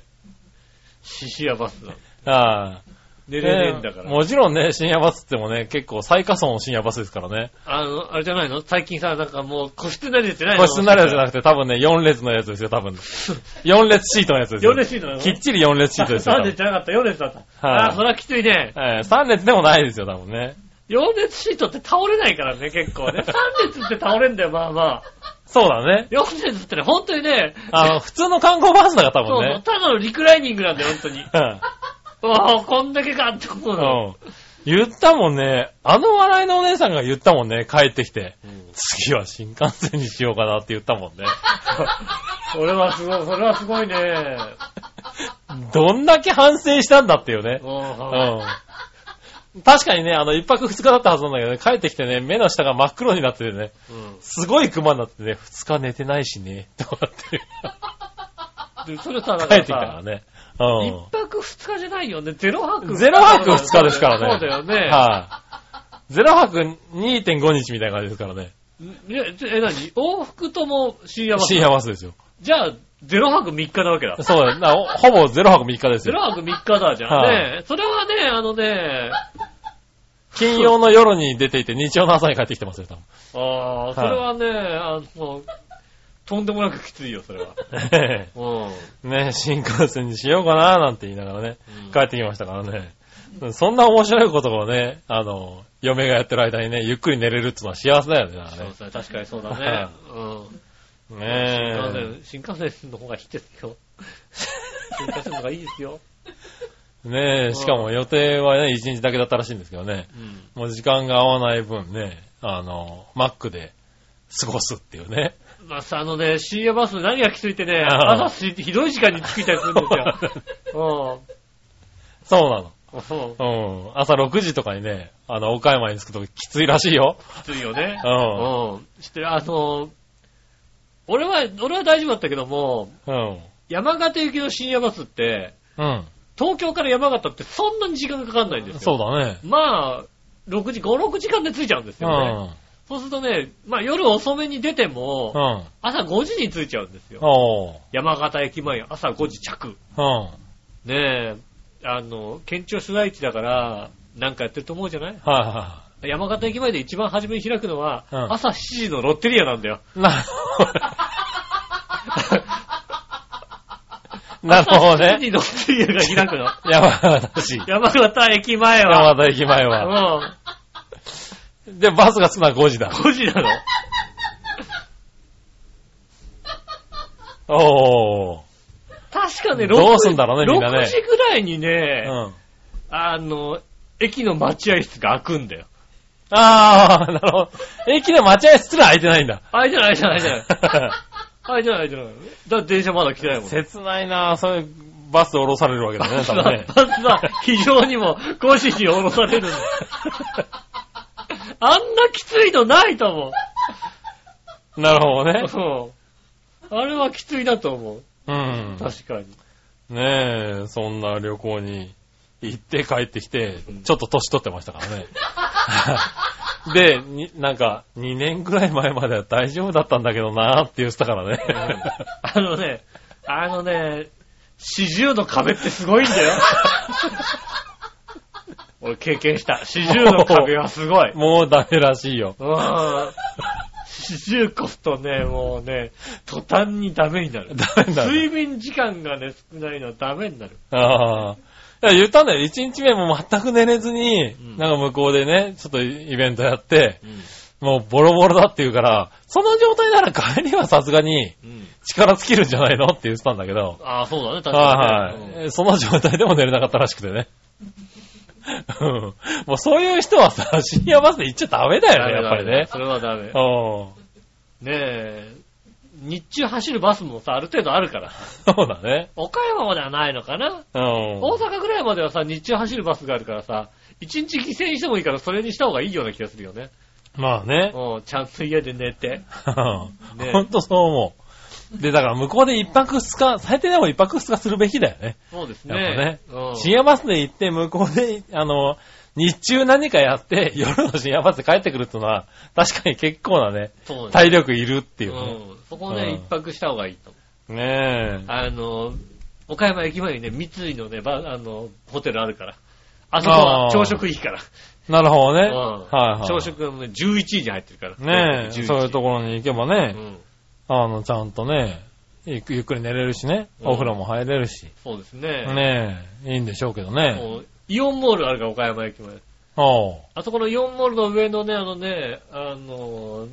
B: シシアバスだ。
C: はい。
B: 寝れねえんだから。
C: ねもちろんね、深夜バスってもね、結構最下層の深夜バスですからね。
B: あの、あれじゃないの最近さ、なんかもう個室になるやつじゃないの
C: 個室になるやつじゃなくて多分ね、4列のやつですよ、多分。4列シートのやつですよ。
B: 4列シートなの
C: きっちり4列シートです よ。
B: 3
C: 多分
B: 列じゃなかった、4列だった。
C: はい
B: ああ、そりゃきついね。
C: えー、3列でもないですよ、多分ね。
B: 4列シートって倒れないからね、結構 ね。3列って倒れんだよ、まあまあ。
C: そうだね。
B: 4列ってね、本当にね、
C: あ の、普通の観光バスだから、多
B: そう
C: 分
B: そう
C: ね。
B: ただのリクライニングなんだよ、本当に。
C: うん
B: わあ、こんだけかって思うの。
C: うん言ったもんね。あの笑いのお姉さんが言ったもんね。帰ってきて。
B: うん
C: 次は新幹線にしようかなって言ったもんね。
B: それはすごい、それはすごいね。
C: どんだけ反省したんだっていうね
B: う。ん
C: うん。確かにね、あの、一泊二日だったはずなんだけどね、帰ってきてね、目の下が真っ黒になっててね、
B: うん
C: すごい熊になってね、二日寝てないしね、とかって、
B: で、それさ、だか
C: 帰って
B: ら
C: きたから
B: さ、
C: ね。
B: 一
C: う
B: 泊二日じゃないよね。ゼロ泊。
C: ん。0泊2日ですからね。
B: そうだよね。
C: はい、0泊2.5日みたいな感じですからね。
B: いや、え、え何往復とも深夜バス
C: 深。夜バスですよ。
B: じゃあ、ゼロ泊3日なわけだ。
C: そうだよな。おほぼ0泊3日です
B: ゼ
C: よ。
B: ロ泊3日だじゃん。
C: はい
B: ねそれはね、あのね、
C: 金曜の夜に出ていて、日曜の朝に帰ってきてますよ、多 分。
B: ああ、それはね、あの、とんでもなくきついよ、それは。うん。
C: ね新幹線にしようかな、なんて言いながらね。
B: うん
C: 帰ってきましたからね。そんな面白いことをね、あの、嫁がやってる間にね、ゆっくり寝れるってのは幸せだよね、だか
B: そ
C: ら
B: うそう確かにそうだね。うん。
C: ね。ね
B: 新幹線、新幹線の方がいいですよ。新幹線の方がいいですよ。
C: え。ねえ、しかも予定はね、一日だけだったらしいんですけどね。
B: うん。
C: もう時間が合わない分ね、あの、マックで過ごすっていうね。
B: まあ、さ、あのね、深夜バス何がきついってね、
C: あー
B: 朝すいてひどい時間に着いたりするんですよ。
C: そうなの。
B: うん。うん
C: うん。朝6時とかにね、あの、岡山に着くときついらしいよ。
B: きついよね
C: う。ん。
B: うん。して、あの、俺は、俺は大丈夫だったけども、
C: うん。
B: 山形行きの深夜バスって、
C: うん。
B: 東京から山形ってそんなに時間かかんないんです
C: そ
B: よ。
C: うだね。
B: まあ、6時、5、6時間で着いちゃうんです
C: う
B: よね。
C: ん。
B: そうするとね、まあ夜遅めに出ても、
C: うん。
B: 朝5時に着いちゃうんですよ。
C: おう。
B: 山形駅前朝5時着。
C: うん。
B: ねえ、あの、県庁所在地だから、なんかやってると思うじゃない
C: はいは
B: 山形駅前で一番初めに開くのは、
C: うん
B: 朝7時のロッテリアなんだよ。
C: い。なるほど。なるほど
B: 朝7
C: ね。
B: 時のロッテリアが開 くの。
C: 山形市。
B: 山形駅前
C: 山
B: は。
C: 形駅前は。で、バスが着くのは5時だ
B: う。ん。5時なの。
C: おー。
B: 確かね、
C: どうすんだろうねみんなね
B: 6時ぐらいに
C: う
B: ね、
C: ん。
B: あの、駅の待合室が開くんだよ。
C: あー、なるほど。駅の待合室すら空いてないんだ。
B: 開いてない、開いてない、開いて ない。開いてない、開いてない。だって電車まだ来てないもん。
C: 切ないなぁ、そういうバスで降ろされるわけだね、多 分ね。
B: バスは非常にも5時に降ろさ れるんだよあんなきついのないと思う。
C: なるほどね。
B: うんあれはきついだと思う。
C: うん。
B: 確かに。
C: ねえ、そんな旅行に行って帰ってきて
B: うん、
C: ちょっと年取ってましたからね。 で、になんか、2年ぐらい前までは大丈夫だったんだけどなーって言ってたからね。
B: あのね、あのね、40の壁ってすごいん だよ。俺経験した。40の壁はすごい。
C: もうダメらしいよ。
B: うん。40越すとね、もうね、途端にダメになる。
C: ダメだ
B: 睡眠時間がね、少ないのはダメになる。
C: ああ。いや、言ったんだよ。1日目も全く寝れずに、
B: ん
C: なんか向こうでね、ちょっとイベントやって、もうボロボロだって言うから、その状態なら帰りはさすがに
B: うん。
C: 力尽きるんじゃないのって言ってたんだけど。
B: ああ、そうだね、確
C: は
B: か
C: い
B: に
C: は
B: ね、
C: いえー。その状態でも寝れなかったらしくてね。うんもうそういう人はさ、深夜バスで行っちゃダメだよね、やっぱりね。
B: それはダメ。ね
C: う
B: え、日中走るバスもさ、ある程度あるから。
C: ん。そうだね。
B: 岡山まではないのかな
C: う
B: 大
C: ん。
B: 阪ぐらいまではさ、日中走るバスがあるからさ、一日犠牲にしてもいいから、それにした方がいいような気がするよね。
C: まあね。
B: うん、ちゃんと家で寝て。ね
C: ほんとそう思う。で、だから向こうで一泊二日、最低でも一泊二日するべきだよね。
B: そうですね。
C: やっ
B: うん。
C: 深夜バスで行って、向こうで、あの、日中何かやって、夜の深夜バスで帰ってくるってのは、確かに結構なね、
B: そうです
C: 体力いるっていううね。
B: ん。そこね、
C: うん
B: 一泊した方がいいと思
C: ねえ
B: う。。あの、岡山駅前にね、三井のね、ばあの、ホテルあるから。あそこは
C: あー
B: 朝食いいから。
C: なるほどね。
B: うん
C: はいはい。
B: 朝食がもう11位に入ってるから。
C: ね
B: 11
C: え、
B: 位
C: そういうところに行けば
B: う
C: ね、
B: ん。
C: あの、ちゃんとね、ゆっゆっくり寝れるしね、
B: うん
C: お風呂も入れるし、
B: そうですね。
C: ねえ、いいんでしょうけどね。
B: もうイオンモールあるから、岡山駅前。
C: おう
B: あそこのイオンモールの上のね、あのね、あの、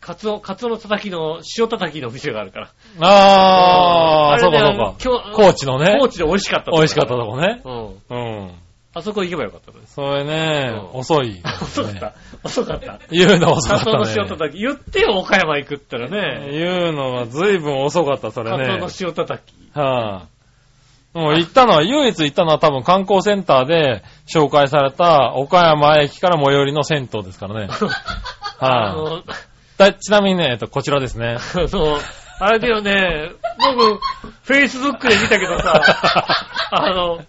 B: カツオ、カツオのたたきの、塩たたきのお店があるから。
C: あー、そうかそうか。
B: そうか。
C: 高知のね
B: 高知で美味しかったとこ。
C: 美味しかったとこね。
B: うん。
C: うん。
B: あそこ行けばよか ったです。
C: それね、
B: うん
C: 遅い、
B: 遅かっ。た。 遅かった。
C: 言うの遅か
B: カ
C: っ
B: ツオの
C: た
B: 塩
C: ね。
B: 叩き。言ってよ、岡山行くったらね。
C: 言うのは随分遅かった、それ
B: カツオの
C: ね。
B: 塩叩き。
C: はあ、もう行ったのは、唯一行ったのは多分観光センターで紹介された岡山駅から最寄りの銭湯ですからね。
B: あ
C: はあ、
B: の、
C: だちなみにね、えっと、こちらですね。
B: そう、あれだよね、僕、Facebook で見たけど さ、あの、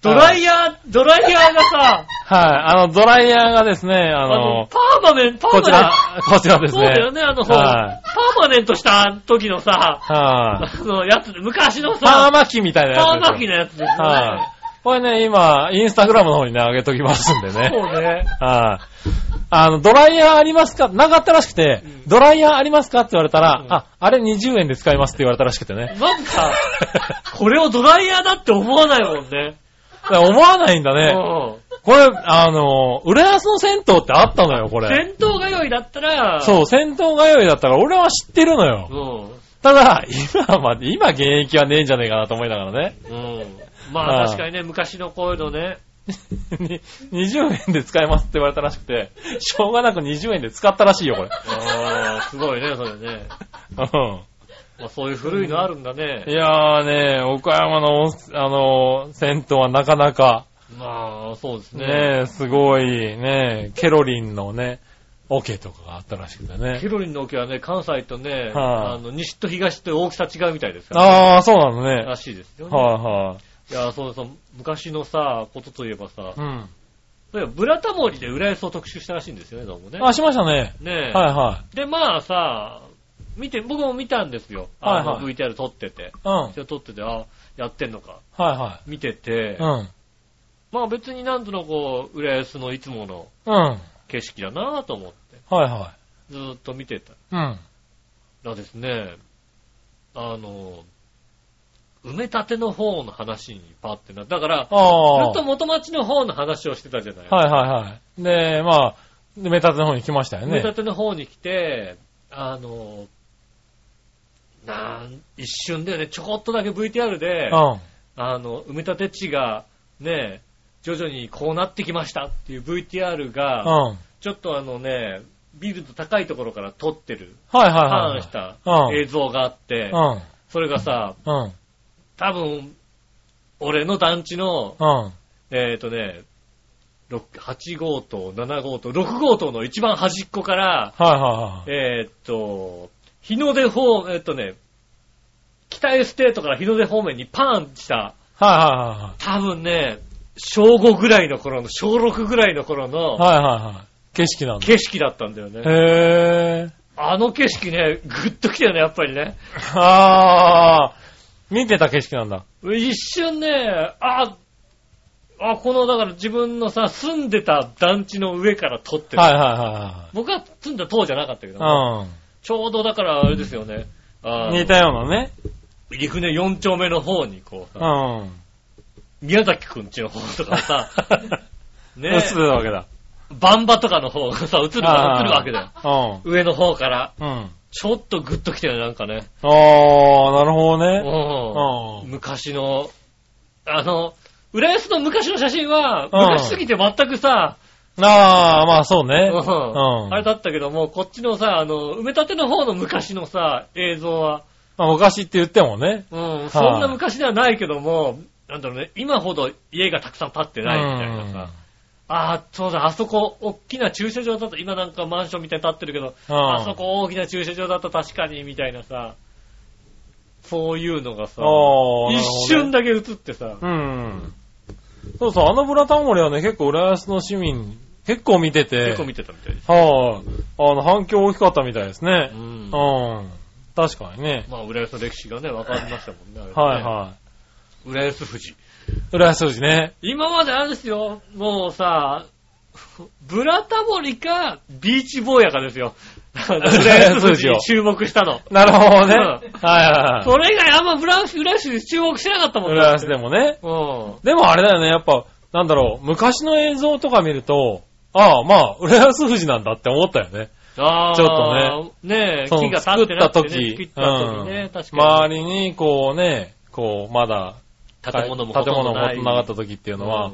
B: ドライヤー、ドライヤーがさ、
C: はい、あの、ドライヤーがですね、あ
B: あ
C: の、
B: の、パーマメン、パーマメ
C: こ
B: ン
C: ちら、こちらです
B: そう
C: ね。
B: だよね、あの、パ
C: はい
B: ーマネントした時のさ、
C: はい、
B: あの、やつ、昔の
C: パー
B: さ、
C: マ機みたいなやつです
B: パー
C: よ。
B: マ機のやつですよね。
C: はい、これね、今、インスタグラムの方にね、上げときますんでね。
B: そうね。
C: ああの、ドライヤーありますかなかったらしくて、
B: うん
C: ドライヤーありますかって言われたら、
B: うん
C: あ、あれ20円で使いますって言われたらしくてね。
B: まずさ、これをドライヤーだって思わないもんね。
C: だから思わないんだ ね。
B: うん
C: これ、あの、浦安の銭湯ってあったのよ、これ。
B: 戦闘が良いだったら、
C: そう、銭湯通いだったから俺は知ってるのよ。
B: うん。
C: ただ、今まで、今現役はねえんじゃねえかなと思いながらね。
B: うん。ま
C: あ
B: あ
C: あ
B: 確かにね、昔のこういうのね。
C: に20円で使えますって言われたらしくて、しょうがなく20円で使ったらしいよ、これ。
B: ああ、すごいね、それね。
C: うん。
B: まあそういう古いのあるんだ
C: い
B: ね。
C: やーね、岡山の温泉、あの、銭湯はなかなか、
B: まあ、そうですね。
C: ねえ、すごい、ねえ、ケロリンのね、オ、ケとかがあったらしくてね
B: ケ。ロリンの沖はね、関西とね、
C: はい
B: あの、西と東と大きさ違うみたいですから、ね。
C: ああ、そうなのね。
B: らしいですよね。
C: はいはい。
B: いや、そうそう、昔のさ、ことといえばさ、
C: うん。
B: そういえばブラタモリで浦安を特集したらしいんですよね、どうもね。
C: あ、しましたね。
B: ねえ。
C: はいは
B: で、まあさ、見て、僕も見たんですよ。あの
C: はいはい
B: VTR 撮ってて。
C: い。うん。はい
B: 一応撮ってて、あ、やってんのか。
C: は
B: 見てて、
C: い。うん。
B: まあ別になんとなくこう、浦安のいつもの
C: うん。はい
B: 景色だなぁと思って、
C: は
B: ずーっと見てた
C: い。うん。
B: らですね、あの、埋め立ての方の話にパってな、だから、ず
C: ああ
B: っ。と元町の方の話をしてたじゃない。
C: はいはいはい。で、まあ、でメタツの方に来ましたよ
B: 埋め
C: ね。
B: 立ての方に来て、あの、なん、一瞬だよね、ちょこっとだけ VTR で、
C: うん。
B: あの、埋め立て地が、ね、徐々にこうなってきましたっていう VTR が、
C: うん。
B: ちょっとあのね、ビルの高いところから撮ってる、
C: はいはい
B: パ
C: はいは
B: ーン
C: い。
B: した
C: うん
B: 映像があって、
C: うん。
B: それがさ、
C: うん。
B: 多分、俺の団地の、
C: うん。
B: えっ、とね、6 8号棟、7号棟、6号棟の一番端っこから、
C: はいは
B: えっ、と、日の出方、えっ、とね、北エステートから日の出方面にパーンした、
C: いは
B: 多分ね、小5ぐらいの頃の、小6ぐらいの頃
C: い。
B: の
C: はいはいはい。はいはいはい。景色なんだ。
B: 景色だったんだよね。
C: へー。
B: あの景色ね、ぐっときたよね、やっぱりね。
C: ああ、見てた景色なんだ。
B: 一瞬ね、あ、あ、この、だから自分のさ、住んでた団地の上から撮ってる。
C: はいは
B: 僕は住んだ塔じゃなかったけど
C: いはい
B: も、
C: は
B: ちょうどだからあれですよね、あ
C: い。うん。
B: の
C: 似たようなね。
B: 入船4丁目の方にこう
C: う
B: さ、
C: ん。
B: 宮崎くんちの方とか さ、ね
C: 映、るわけだ。
B: バンバとかの方がさ、映る映るわけだよ。
C: よ。
B: 上の方から。
C: うん。うん。
B: ちょっとグッときたよね、なんかね。
C: ああ、なるほどね。
B: う、
C: うん
B: 昔の、あの、浦安の昔の写真は、
C: うん
B: 昔すぎて全くさ、
C: ああ、まあそうね。
B: うん
C: うん
B: あれだったけども、こっちのさ、あの、埋め立ての方の昔のさ、映像は、
C: まあ昔って言ってもね。
B: うん、そんな昔ではないけども、なんだろうね、今ほど家がたくさん建ってないみたいなさ、ああ、そうだ、あそこ、大きな駐車場だった、今なんかマンションみたいに建ってるけど、
C: うん
B: あそこ大きな駐車場だった、確かに、みたいなさ、そういうのがさ、
C: ああ。
B: 一瞬
C: だ。
B: だけ映ってさ、
C: うん。そうそう、あのブラタモリはね、結構浦安の市民、結構見てて。
B: 結構見てたみたいです。
C: はい、あ。の、反響大きかったみたいですね
B: う。ん。
C: うん。確かにね。
B: まあ、浦安の歴史がね、分かりましたもんね。あれね
C: はいはい。
B: 浦安富士。
C: 浦安富士ね。
B: 今まであれですよ、もうさ、ブラタモリか、ビーチ坊やかです よ。浦安富士に注目したの。
C: なるほど
B: うん
C: ね。はいはいは
B: それ以外あんまブラ浦安に注目しなかったも
C: い。
B: ん
C: 浦安でもね。
B: も。
C: でもあれだよね、やっぱ、なんだろう、昔の映像とか見ると、ああ、まあ、浦安富士なんだって思ったよね。
B: うん。ああ。
C: ちょ
B: っとね。ねえ、
C: その
B: 木が立ってなくてね、
C: 作
B: 作
C: っ
B: った
C: 時
B: た時ね、確か
C: 周りに、こうね、こう、まだ、
B: に。建物も
C: 建物
B: ほと
C: も
B: んどない
C: なかった時っていうのは、
B: うん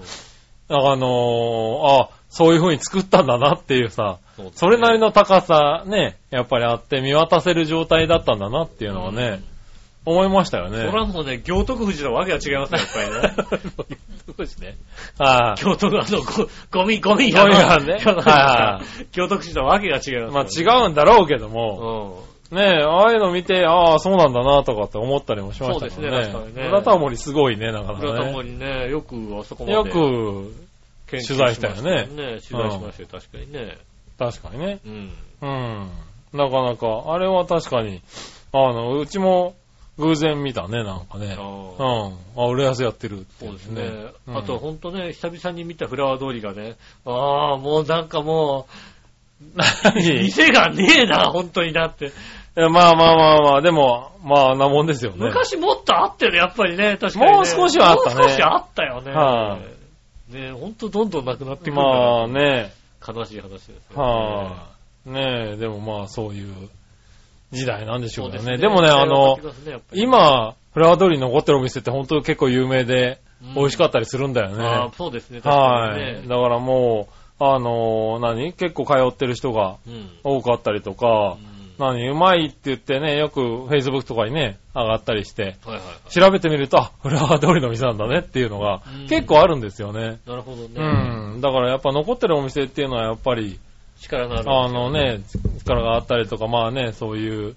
C: あのーあ、そういう風に作ったんだなっていうさ、
B: そうですね
C: それなりの高さね、やっぱりあって見渡せる状態だったんだなっていうのはね、思いましたよ
B: そ
C: ね。
B: らもうね、行徳富士のわけは違いますね、やっぱ りね。
C: そうですね。はい、
B: 京都のあの、ごゴミ、ゴミが。
C: ゴミ が
B: じゃな
C: ね
B: いですか
C: はいはい
B: 京都市のわけが違い
C: まあ
B: ます、
C: 違うんだろうけど
B: う
C: も、
B: ん。
C: ねえ、ああいうの見て、ああ、そうなんだなとかって思ったりもしました
B: そ
C: か
B: うですね
C: らね。
B: 確かにね
C: 裏タモリすごいね、なかな
B: 裏
C: か
B: 玉
C: ね。
B: にね、よくあそこまで。
C: よく、
B: 研究
C: 取材したよね
B: しまね取材しましたよ、確かにね。
C: 確かにね。
B: うん。
C: うん。なかなか、あれは確かに、あの、うちも偶然見たね、なんかね。
B: あ
C: う
B: あ
C: ん。あ、俺安やってるって
B: そ
C: いう
B: ですね。
C: うん
B: あと、ほんとね、久々に見たフラワー通りがね、ああ、もうなんかもう、
C: 何
B: 店がねえな、本当になって。
C: えまあまあまあまあ、でも、まあ、あんなもんですよね。
B: 昔もっとあったよね、やっぱりね、確かに、ね。
C: もう少しはあったね
B: もう少しあったよね。
C: は
B: ねほんとどんどんなくなってくるから、
C: まあね、
B: 悲しい話ですよね。
C: はねえ、でもまあ、そういう時代なんでしょ
B: そううで
C: けど
B: す
C: ね。でもね、あの、、
B: 今、
C: 今、フラワー通りに残ってるお店って本当結構有名で、美味しかったりするんだよね。
B: ああ、そうですね、確か
C: は
B: にね。
C: い。だからもう、あの、何結構通ってる人が
B: うん。
C: 多かったりと
B: う、
C: か
B: ん
C: 何うまいって言ってね、よく Facebook とかにね、上がったりして、
B: はいはいはい。
C: 調べてみると、あ、フラワー通りの店なんだねっていうのが
B: うん
C: 結構あるんですよね。
B: なるほどね。
C: うん。だからやっぱ残ってるお店っていうのはやっぱり、
B: 力のある。
C: あのね、力があったりとか、まあね、そういう、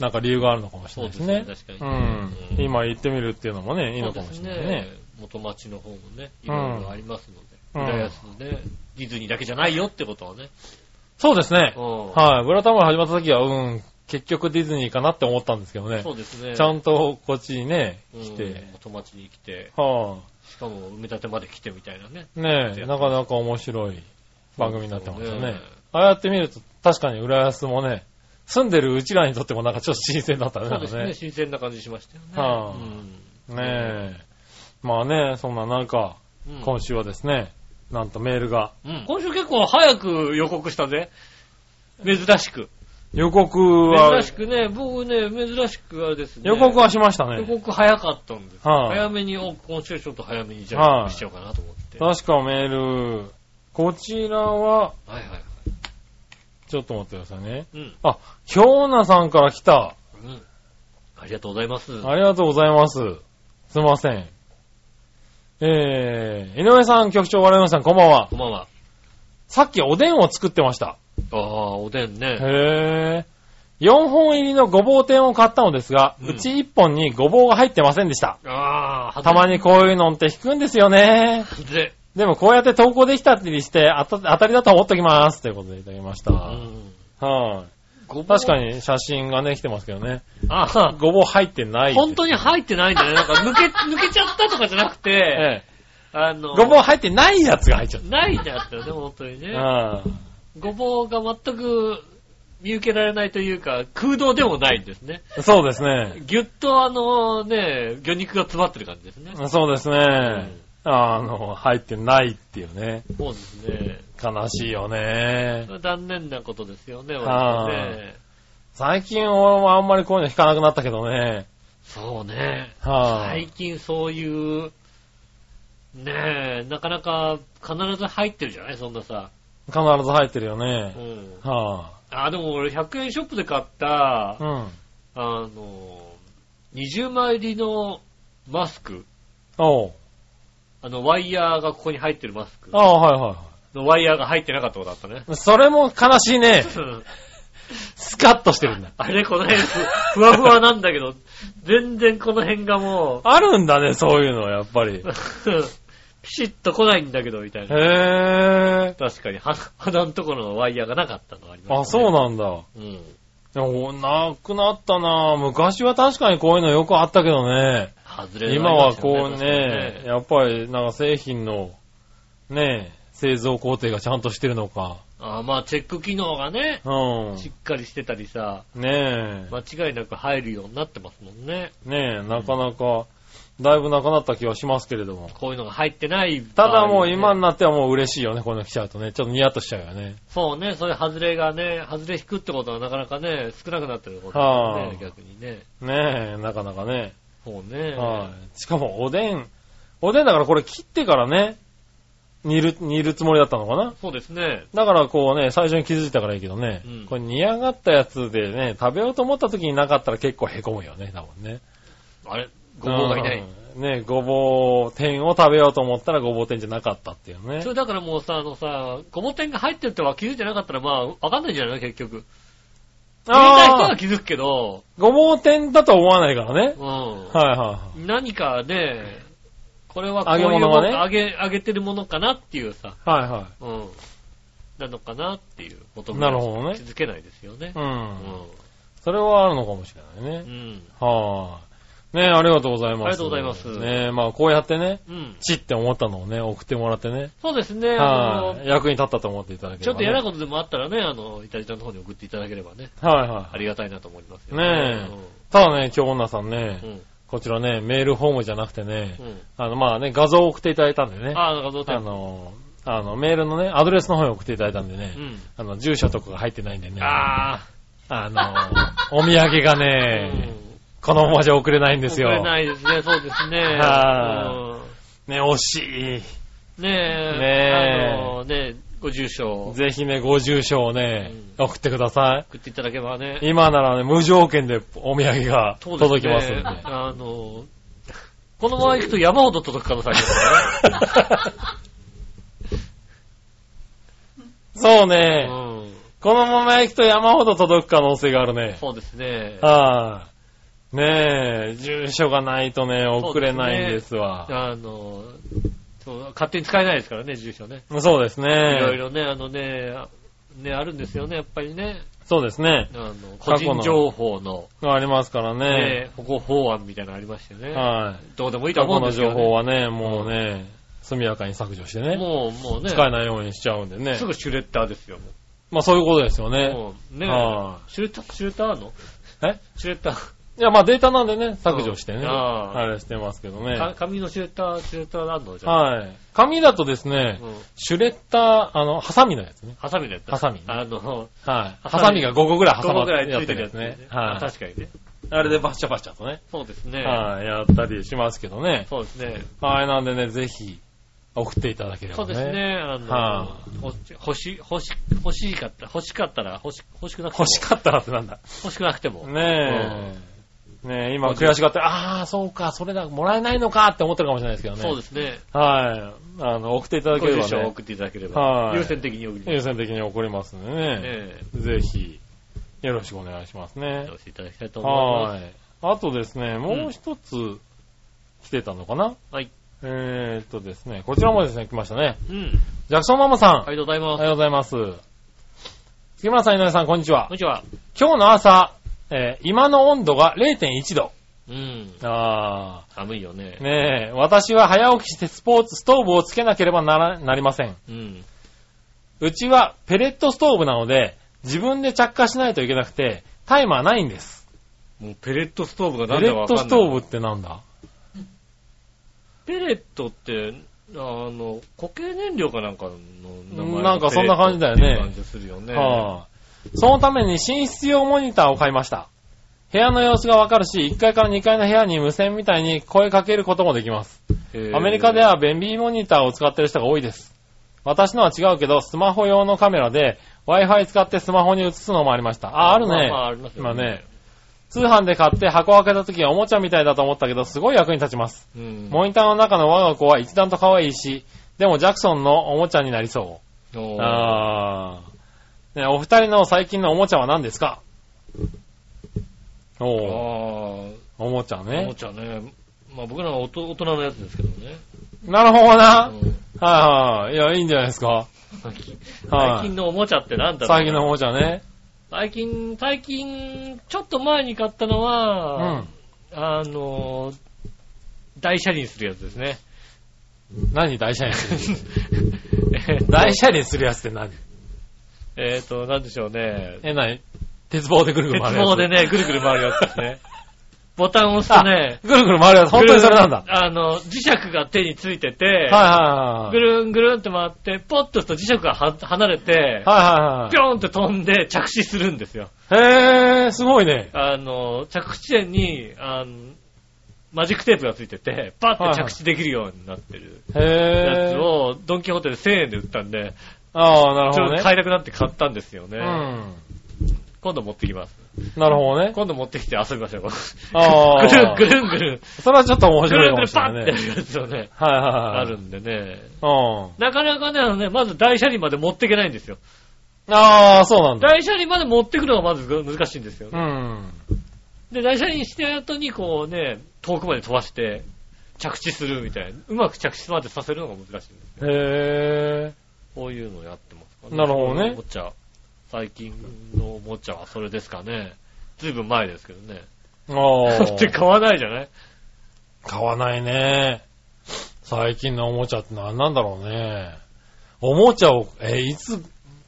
C: なんか理由があるのかもしれないですね。
B: そうですね確
C: う
B: かにね
C: ん。
B: うん
C: 今行ってみるっていうのもね、いい
B: そ
C: の
B: う
C: か
B: で
C: も
B: す
C: しれないね。。
B: 元町の方もね、いろいろありますので。
C: うん
B: 浦安のね、ディズニーだけじゃないよってことはね。
C: そうですね。
B: うん
C: はい。ブラタモリ始まった時は、うん、結局ディズニーかなって思ったんですけどね。
B: そうですね。
C: ちゃんとこっちにね、
B: うん
C: 来て。
B: 元町に来て、
C: は
B: しかも埋め立てまで来てみたいなね。
C: あ、ねえ、なかなか面白い番組になってました
B: そうです
C: ね
B: ね。
C: ああやって見ると、確かに浦安もね、住んでるうちらにとってもなんかちょっと新鮮だったね。
B: そうです
C: なん
B: ね、
C: か
B: 新鮮な感じしましたよね。
C: は
B: う
C: あ
B: ん
C: ね。ねえ。まあね、そんななんか、
B: うん
C: 今週はですね、なんとメールが、
B: うん今週結構早く予告したぜ。珍しく。
C: 予告は
B: 珍し、くね、僕ね、珍しくあれですね。
C: 予告はしました
B: 予
C: ね。
B: 告早かったんです。
C: はい
B: 早めに、お今週ちょっと早めにじゃ
C: は
B: あ
C: い
B: しちゃおうかなと思って。はい
C: 確かメール、こちらは、
B: はいはい。
C: ちょっと待ってくださいね。
B: うん。
C: あ、ひょうなさんから来た。
B: うん。ありがとうございます。
C: ありがとうございます。すいません。えー、井上さん、局長、我々さん、こんばんは
B: こ。んばんは。
C: さっきおでんを作ってました。
B: ああ、おでんね。
C: へー。4本入りのごぼう天を買ったのですが、
B: うん
C: うち1本にごぼうが入ってませんでした。
B: ああ、
C: たまにこういうのって引くんですよね。
B: 外れ。
C: でもこうやって投稿できたりして、あた当たりだと思っときます。ということでいただきました。
B: うん
C: はい、
B: ごぼう
C: 確か。に写真がね、来てますけどね。
B: あ
C: ごぼう入ってな
B: あ、
C: い。
B: 本当に入ってないんだね。なんか抜け、抜けちゃったとかじゃなくて、
C: ええ
B: あの、
C: ごぼう入ってないやつが入っちゃっ
B: ないんだったよね、本当にね。
C: た。うん。
B: ごぼうが全く見受けられないというか、空洞でもないんですね。
C: そうですね。
B: ぎゅっとあのね、魚肉が詰まってる感じですね。
C: そうですね。あの、入ってないっていうね。
B: そうですね。
C: 悲しいよね。
B: 残念なことですよね、
C: はい
B: 割とね。
C: 最近俺もあんまりこういうの弾かなくなったけどね。
B: そうね。
C: は
B: 最
C: い、
B: 近そういう、ねえ、なかなか必ず入ってるじゃないそんなさ。
C: 必ず入ってるよ
B: う
C: ね。
B: ん。
C: は
B: あ、でも俺100円ショップで買った、
C: い、うん。
B: あの、20枚入りのマスク。
C: おう。
B: あの、ワイヤーがここに入ってるマスク
C: あ。あ、はいはいは
B: のワイヤーが入ってなかったことあ ったね。
C: い。それも悲しいね。スカッとしてるんだ。
B: あれ、この辺ふ、ふわふわなんだけど、全然この辺がも
C: あるんだね、そういうの、やっぱり。
B: う、 ピシッと来ないんだけど、みたいな。
C: へー。
B: 確かに、鼻鼻のところのワイヤーがなかったのありま
C: あ、
B: した、
C: そ
B: ね。
C: うなんだ。
B: うなんうん。
C: でも、なくなったな昔は確かにこういうのよくあったけどね。
B: 外れ
C: 今はこう
B: がありますよ
C: ね、。やっぱりなんか製品の、ね、製造工程がちゃんとしてるのか。
B: あまあ、チェック機能がね、
C: うん。
B: しっかりしてたりさ、
C: ね
B: 間違いなく入るようになってますもんね。
C: え、ねえ、なかなか、だいぶなくなった気はしますけれども。
B: こういうのが入ってない、
C: ただもう今に。なってはもう嬉しいよね、こういうの来ちゃうとね。ちょっとニヤッとしちゃうよね。
B: そうね、そういう外れがね、外れ引くってことはなかなかね、少なくなってることだよ
C: は
B: ね、
C: あ
B: 逆にね。
C: ねえ、なかなかね。
B: そうね。
C: はい。しかもおでん、おでんだからこれ切ってからね、煮る、煮るつもりだったのかな
B: そうですね。
C: だからこうね、最初に気づいたからいいけどね、
B: うん
C: これ煮上がったやつでね、食べようと思った時になかったら結構へこむよね、多分ね。
B: あれごぼうがいない。
C: うん。ね、ごぼう天を食べようと思ったらごぼう天じゃなかったっていうね
B: そ。れだからもうさ、あのさ、ごぼ天が入ってるっては気づいてなかったら、まあ、わかんないんじゃないの結局。気づいた人
C: あ
B: は
C: あ、
B: 気づくけど、
C: ごぼう天だと思わないからね。
B: うん。
C: はいはいはい。
B: 何かね、これはこういう
C: 揚げ物
B: も
C: は
B: の
C: ね
B: 揚げ、揚げてるものかなっていうさ、
C: はいは
B: うん。なのかなっていうこと
C: なるほどね
B: 気づけないですよね
C: い。う。。
B: うんん。
C: それはあるのかもしれないうね。
B: ん。
C: はぁ。ねありがとうございます。
B: ありがとうございます
C: ねまあこうやってね、
B: うん。
C: チって思ったのをね、送ってもらってね。
B: そうですね、あ
C: は
B: の
C: い。、役に立ったと思っていただければ、ね。
B: ちょっと嫌なことでもあったらね、あの、イタリアの方に送っていただければね、
C: はいは
B: ありがたいなと思いますよ
C: ねい。ただね、今日女さんね、
B: えうん。
C: こちらね、メールフォームじゃなくてね、
B: うん。
C: あの、まあね、画像を送っていただいたんでね、あ
B: ああ、なんかどうだ
C: の、あの、メールのね、アドレスの方に送っていただいたんでね、
B: うん。
C: あの、住所とかが入ってないんでね、
B: あ
C: あの、お土産が
B: あ、
C: ね、このままじゃ送れないん
B: うん。
C: ですよ。
B: 送れないです ね、そうですね。
C: はね、惜しい。
B: うんねえ、
C: ねえ
B: あの、ねえ、ご住所を
C: ぜひね、ご住所をね、送ってください。
B: 送っていただければね、
C: 今ならね、無条件でお土産が
B: そうですね
C: 届きますんで。
B: あの、このまま行くと山ほど届く可能性ありますからね。
C: そ
B: う
C: う ね、
B: ん、
C: このまま行くと山ほど届く可能性があるね。
B: そうですね。
C: はい、ねえ、住所がないとね、送れないんですわ。
B: あの、そう勝手に使えないですからね、住所ね。
C: そうですね。
B: いろいろね、あのね、あね、あるんですよね、やっぱりね。
C: そうですね。
B: あの、個
C: 過去の
B: 人情報の、
C: ありますからね。
B: ね、保護法案みたいなのありましたよね。
C: はい。
B: どうでもいいと
C: 過
B: は思
C: 去
B: うんで
C: の
B: すけど、
C: 情報
B: ね。
C: はね、もうね、速やかに削除してね。
B: もう、もうね、
C: 使えないようにしちゃうんでね
B: す。ぐシュレッダーですよ、も
C: まあそういうことですよ
B: う。
C: ね。
B: もうね、
C: は
B: シュレッダー、シュレッダーあるの
C: え
B: シュレッダー。
C: いや、まあデータなんでね、削除してね、
B: うんああ
C: あれしてますけど
B: か
C: ね。
B: 紙のシュレッダー、シュレッダーあるのじゃあ。
C: はい。紙だとですね、
B: うん
C: シュレッダー、あの、ハサミのやつね。
B: ハサミのやつ。
C: ハサミ
B: あの、
C: はい。
B: ハ
C: ハ
B: サ
C: サ
B: ミ
C: ミが5個ぐらい
B: 5
C: 挟ま
B: 個
C: っ
B: ぐ
C: て
B: らいつ
C: やっ
B: い
C: て
B: てる
C: る
B: や
C: や
B: つ
C: つね
B: ね。。あ
C: はい。
B: 確かにね。
C: あれでバッシャバシャとね。
B: そうですね。
C: はい。やったりしますけどね。
B: そうですね。
C: はい。なんでね、ぜひ、送っていただけれ
B: そ
C: ば
B: う
C: ね。
B: ですね。あ
C: は
B: の、欲し、欲し、欲し、欲しかった、欲しかったら、欲し、欲しくなくても。
C: 欲しかったらってなんだ。
B: 欲しくなくても。
C: ねえ。ねえ、今
B: そうです
C: 悔しがって、ああ、そうか、それだ、もらえないのかって思ってるかもしれないですけどね。
B: そうですね。
C: はい。あの、送っていただけ
B: ご
C: れ
B: 住
C: ば
B: 所を
C: ね、
B: 送っていただければ
C: は。い
B: 優先的に送ります。
C: 優先的に送りますんでね。
B: え
C: ぜひ、よろしくお願いします
B: え
C: ね
B: お。寄せいただきたいと思い
C: は
B: ます。
C: い。あとですね、もう一つ、来てたのかな
B: はい。
C: えーっとですね、こちらもですね、来ましたね。
B: うん。
C: ジャクソンママさん。
B: ありがとうござい
C: お
B: ます
C: は。ようございます。杉村さん、井上さん、こんにちは
B: こん。にちは。
C: 今日の朝、えー今の温度が0.1度。
B: うん。
C: あ
B: 寒いよね
C: ー。。ねえ、私は早起きしてスポーツストーブをつけなければなら、なりません。
B: うん。
C: うちはペレットストーブなので、自分で着火しないといけなくて、タイマーないんです。
B: もうペレットストーブが
C: ペ
B: なん
C: レ
B: だか
C: ッ
B: わかん
C: ト
B: ない。
C: ストーブってなんだ
B: ペレットって、あの、固形燃料かなんかの名前
C: なんかそんな感じだよね
B: ペレットっていう感じするよね。
C: はあ、そのために寝室用モニターを買いました。部屋の様子がわかるし、1階から2階の部屋に無線みたいに声かけることもできます。
B: へえ
C: アメリカで、は便利モニターを使ってる人が多いです。私のは違うけど、スマホ用のカメラで Wi-Fi 使ってスマホに映すのもありました。あ、ある
B: ま
C: ね。
B: まありますよ
C: 今ね。通販で買って箱を開けた時はおもちゃみたいだと思ったけど、すごい役に立ちます。
B: うん。
C: モニターの中の我が子は一段と可愛いし、でもジャクソンのおもちゃになりそう。
B: おー
C: ああ。ね、お二人の最近のおもちゃは何ですか
B: あー。
C: おお、
B: お
C: おもちゃ
B: も
C: ね。
B: ちゃね。まあ僕らは大人大人のやつですけどね。
C: なるほどな。
B: うん
C: はいはい。いや、いいんじゃないですか。
B: 最近
C: はい
B: 最近のおもちゃってなんだろう
C: 最近のおもちゃね。
B: 最近、最近、ちょっと前に買ったの
C: う
B: は、
C: ん。
B: あの、大車輪するやつですね。
C: 何大車輪する
B: え っと
C: 大車輪するやつって何
B: えっと、なんでしょうね。
C: え、何鉄棒でぐるぐる
B: 鉄
C: 回るやつ。
B: 棒でね、ぐるぐる回るやつですね。 ボタンを押すとね、
C: ぐるぐる回るやつ。本当にそれなんだ。
B: ぐるんあの、磁石が手についてて、
C: はいはい
B: ぐ
C: はい。
B: るんぐるんって回って、ポッと押すと磁石がは離れて、
C: はいはい
B: ピョーンって飛んで着地するんですよ。
C: はい。へえ、すごいね。
B: あの、着地点に、あの、マジックテープがついてて、パ
C: は
B: ッ
C: い
B: て
C: はい
B: 着地できるようになってるや
C: へ
B: つ
C: ぇー。
B: を、ドンキホーテで1000円で売ったんで、
C: ああ、なる
B: ちょ
C: ほ
B: っ
C: ど
B: と
C: ね。
B: 買いたくなって買ったんですよね。
C: う
B: 今度持ってきます。
C: ん。なるほどね。
B: 今度持ってきて遊びましょう。
C: ああ。
B: ぐるんぐるんぐるん、
C: それはちょっと面
B: ぐ
C: 白
B: る
C: い
B: ん
C: か
B: ぐる
C: も
B: ん
C: し
B: パ
C: れ
B: ッ
C: な
B: っ
C: い
B: て
C: ね
B: や。るやつをね、
C: はいはいはい。
B: あるんでね。
C: うん。
B: なかなかね、あのね、まず台車輪まで持っていけないんですよ。
C: ああ、そうなんだ。
B: 台車輪まで持ってくのがまず難しいんですよ
C: う。ん。
B: で、台車輪して後にこうね、遠くまで飛ばして、着地するみたいな。うまく着地までさせるのが難しいんですよ。
C: へ
B: こういうのやってますか
C: なるほどね
B: こういうおもちゃ。最近のおもちゃはそれですかね。ずいぶん前ですけどね。
C: ぇー。
B: だ
C: あ
B: って
C: あ。
B: 買わないじゃない
C: 買わないね。最近のおもちゃって何なんだろうね。おもちゃを、えーいつ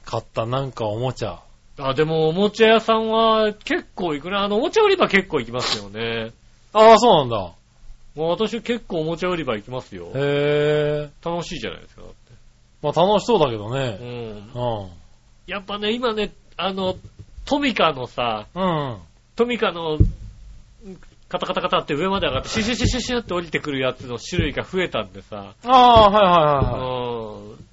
C: 買ったなんかおもちゃ。
B: あ、でもおもちゃ屋さんは結構行くな。あの、おもちゃ売り場結構行きますよね。
C: ああ、そうなんだ。
B: もう私結構おもちゃ売り場行きますよ。
C: へぇー。
B: 楽しいじゃないですか。だっ
C: まあ楽しそうだけど
B: てう
C: ね。
B: ん。
C: うん。
B: やっぱね、今ね、あの、トミカのさ、
C: うん。
B: トミカの、カタカタカタって上まで上がって、シュシュシュシュシュって降りてくるやつの種類が増えたんでさ、
C: ああ、は
B: う
C: いはいはいはい。
B: ん。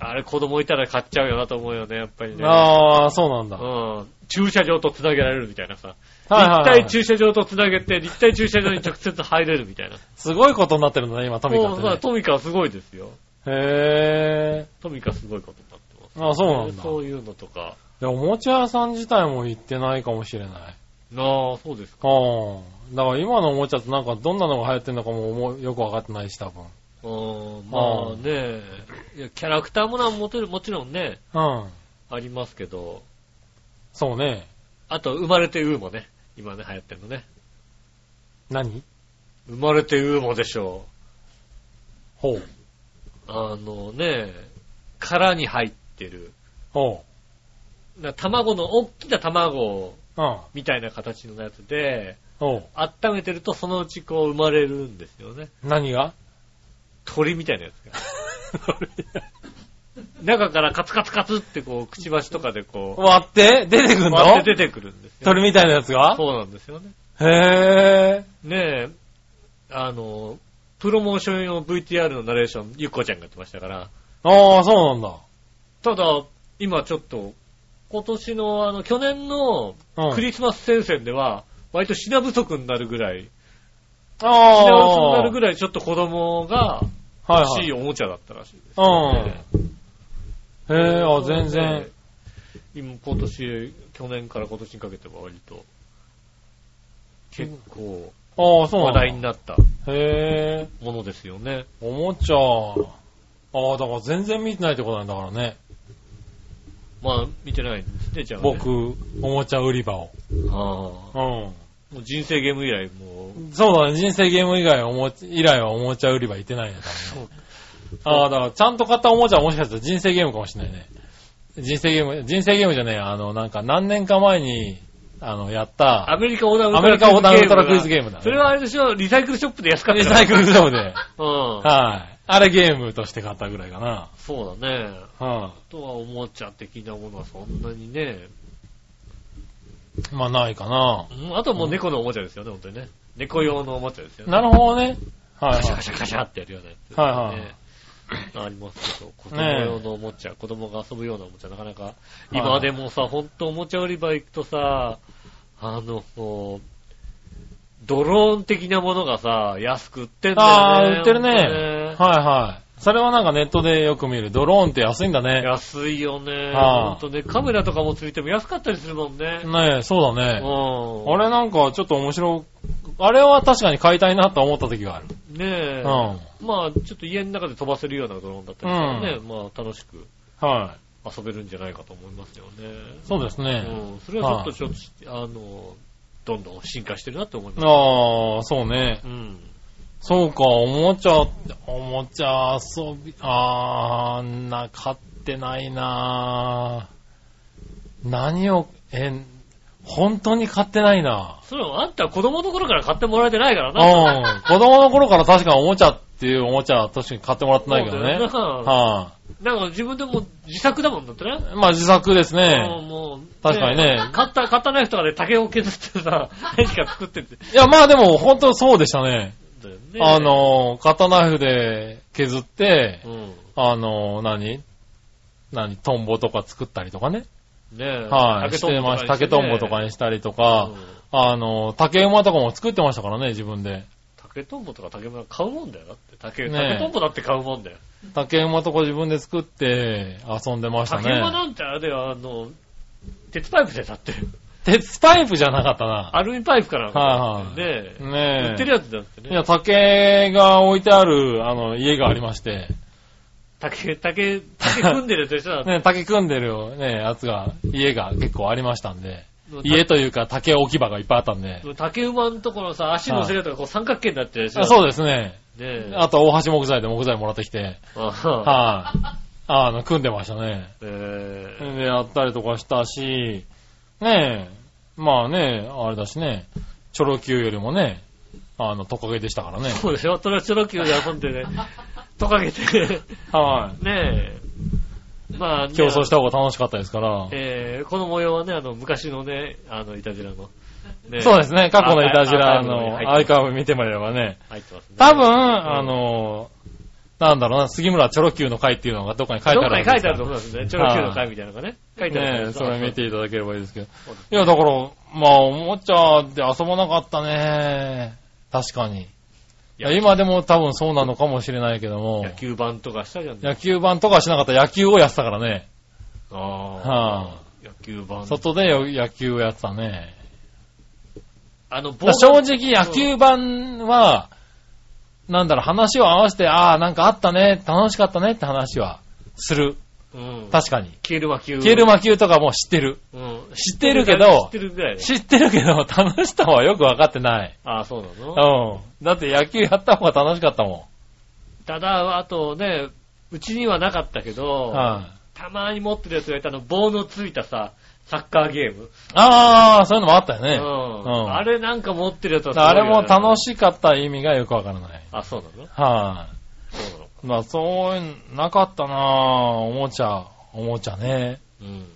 B: あれ子供いたら買っちゃうよなと思うよね、やっぱりね。
C: ああ、そうなんだ。はい
B: うん。駐車場と繋げられるみたいなさ。
C: はいはい
B: 立体駐車場と繋げて、立体駐車場に直接入れるみたいな。
C: すごいことになってるんだね、今、トミカって
B: もう
C: ね。
B: トミカはすごいですよ。
C: へ
B: トミカすごいことになってます。
C: ぇー。ああ、そうなんだ。
B: そういうのとか。
C: でおもちゃ屋さん自体も行ってないかもしれない。
B: なあ、そうですか。
C: うん。だから今のおもちゃってなんかどんなのが流行ってんのかも思うよくわかってないし、多分。
B: うん、まあねいや、キャラクターもな、もてる、もちろんね、
C: うん。
B: ありますけど、
C: そうね。
B: あと、生まれてウーもね、今ね、流行ってるのね。
C: 何
B: 生まれてウーもでしょ
C: ほう。
B: う。あのね、殻に入ってる。
C: ほ
B: な卵の、大きな卵
C: う。うん。
B: みたいな形のやつで、
C: ほ
B: 温めてるとそのうちこう生まれるんですよね。
C: う。何が
B: 鳥みたいなやつが。中からカツカツカツってこう、くちばしとかでこ
C: 割って出てく
B: う、
C: ん
B: 割
C: の
B: って出てくるんですよ、
C: 鳥みたいなやつが
B: そうなんですよね。
C: へぇ
B: ねえ、あの、プロモーション用 VTR のナレーション、ゆっこちゃんがやってましたから、
C: ー。ああ、そうなんだ。
B: ただ、今ちょっと、今年のあの、去年の
C: うん。
B: クリスマス戦線では、割と品不足になるぐらい、
C: ああ。
B: 品不足になるぐらいちょっと子供が欲
C: はいは
B: し
C: い
B: い。おもちゃだったらしいです、ね。
C: うん。へえ、あ、全然。。
B: 今、今年、去年から今年にかけては割と、結構、
C: ああ、そうな
B: 話
C: んだ。
B: 題になった
C: へえ、
B: ものですよね。
C: おもちゃ。ああ、だから全然見てないってことなんだからね。
B: まあ、見てないんですね、じゃあ、ね。
C: 僕、おもちゃ売り場を。
B: ああ。
C: うん。
B: もう人生ゲーム以来、もう、
C: そうだね、人生ゲーム以外はおもち、以来はおもちゃ売り場行ってないね、多分ねああ、だからちゃんと買ったおもちゃはもしかしたら人生ゲームかもしれないね。人生ゲーム、人生ゲームじゃねえ、あの、なんか何年か前に、あの、やった、
B: アメリカオーダー
C: アメリカオーダーウルトラクイズ
B: ーム
C: ゲーム
B: が。
C: だ、ね。
B: それはあれでしょ、リサイクルショップで安かった
C: リ
B: よ。
C: サイクルショーで。
B: うん。
C: はい。あれゲームとして買ったぐらいかな。
B: そうだね。
C: は
B: あとはおもちゃ的なものはそんなにね。
C: い。まあ、ないかな。
B: うんあともう猫のおもちゃですよね、本当にね。猫用のおもちゃですよね。
C: なるほどね。はい、
B: カシャ
C: は
B: カ
C: い。
B: シャカシャってやるようなやつ、
C: はいはい
B: ねありますけど、子供
C: ねえ
B: 用のおもちゃ、子供が遊ぶようなおもちゃ、なかなか、今でもさ、ほんとおもちゃ売り場行くとさ、あの、こう、ドローン的なものがさ、安く売ってんだよね。
C: ああ、売ってるね。はい
B: ほんとね
C: はい。それはなんかネットでよく見る。ドローンって安いんだね。
B: 安いよね。
C: は
B: ほ
C: い
B: んとね、カメラとかもついても安かったりするもんね。
C: ねえ、そうだ
B: う
C: ね。
B: ん。
C: あれなんかちょっと面白い、あれは確かに買いたいなと思った時がある。
B: ねえ。
C: うん。は
B: まあ、ちょっと家の中で飛ばせるようなドローンだったりしたらね、まあ、楽しく
C: い。
B: 遊べるんじゃないかと思いますよね。
C: そうですね。
B: うん、それはちょっとちょっと、あの、どんどん進化してるなって思います。
C: ああ、そうね。
B: うん。
C: そうか、おもちゃ、おもちゃ遊び、あー、な、買ってないな何を、え、本当に買ってないな
B: それはあんたは子供の頃から買ってもらえてないから
C: う
B: な。そ
C: ん。子供の頃から確かおもちゃっていうおもちゃは確かに買ってもらって
B: う
C: な
B: だ
C: いけどね。
B: よ
C: はい、
B: ななんか自分でも自作だもんだってね。
C: まあ自作です
B: う
C: ね。
B: んもう、
C: 確かにね
B: 買 った、買ったナイフとかで竹を削ってさ、何か作ってて。
C: いや、まあでも本当そうでしたね。
B: だよね。
C: あ、の、刀ナイフで削って
B: う、ん。
C: あの、何何トンボとか作ったりとかね。
B: ねえ。
C: はい。してました。竹トンボとかに
B: し
C: したりとか、あの、竹馬とかも作ってましたからね、自分で。
B: 竹とんぼとか竹馬買うもんだよ。だって竹、
C: ねえ
B: 竹とんぼだって買うもんだよ。
C: 竹馬とか自分で作って遊んでました
B: 竹馬
C: ね。
B: なんてあれだよ、あの、鉄パイプでだって。
C: 鉄パイプじゃなかったな。
B: アルミパイプから。
C: はいは
B: ね
C: い
B: え。売
C: ね
B: ってる
C: え。
B: やつだって
C: い
B: ね
C: や、。竹が置いてある、あの、家がありまして、
B: 竹、竹、竹組んでるやつでしょ。だって
C: ね、竹組んでる、ね、やつが、家が結構ありましたんで、 家というか竹置き場がいっぱいあったんで、
B: 竹馬のところさ、足乗せるとかこう三角形になってるでしょ。
C: あそうですね。
B: う。ねえ。
C: あと、大橋木材で木材もらってきて、
B: あ、
C: はい。あの、組んでましたね。
B: ええ
C: で、やったりとかしたし、ねえ、まあね、あれだしね、チョロ Q よりもね、あの、トカゲでしたからね。
B: そうでしょトラチョロキューで遊んでね、トカゲで、
C: は
B: ねえ。まあ、ね
C: い。競争した方が楽しかったですから。
B: えー、この模様はね、あの、昔のね、あの、いたじらの。ね
C: そうですね、過去のイタジラ
B: アーカ
C: の
B: イブに入
C: アイ
B: ってま
C: カブ見てもらえればね、
B: す。入ってますね。
C: 多分、あの、なんだろうな、杉村チョロ Q の回っていうのがどっかに書いて
B: ど
C: あ
B: っ
C: る
B: か
C: わ
B: に
C: け
B: 書い
C: で
B: てあ
C: すか
B: ると思うんですね。チョロキューの会みたいなのがね。書いてある
C: ねえ、それ見ていただければいいですけど。
B: そうそう
C: いや、だから、まあ、おもちゃで遊ばなかったね。確かに。いや、今でも多分そうなのかもしれないけども
B: 野、球版とかしたじゃん。
C: 野球盤とかしなかったら野球をやってたからね。
B: あ
C: はあ
B: 野球版。
C: 外でよ野球をやってたね。
B: あの、
C: だ
B: 棒
C: から正
B: が
C: 直野球盤は、なんだろう、話を合わせて、ああ、なんかあったね、楽しかったねって話はする。
B: うん。
C: 確かに。
B: 消える魔球。
C: 消える魔球とかも知ってる。
B: うん。
C: 知ってるけど
B: 知ってるぐらいね。
C: 知ってるけど、 楽しさはよくわかってない。
B: ああ、そうなの
C: うん。だって野球やった方が楽しかったもん。
B: ただ、あとね、うちにはなかったけど、
C: はい
B: たまに持ってるやつがいたの、棒のついたさ、サッカーゲーム。
C: ああ、そういうのもあったよ
B: う
C: ね。うん
B: ん。あれなんか持ってるやつはすごいよ
C: あ
B: ね
C: れも楽しかった意味がよくわからない。はい、
B: あ、そうなのそうなの
C: まあ、そういう、なかったなぁ。おもちゃ、おもちゃね。
B: うん。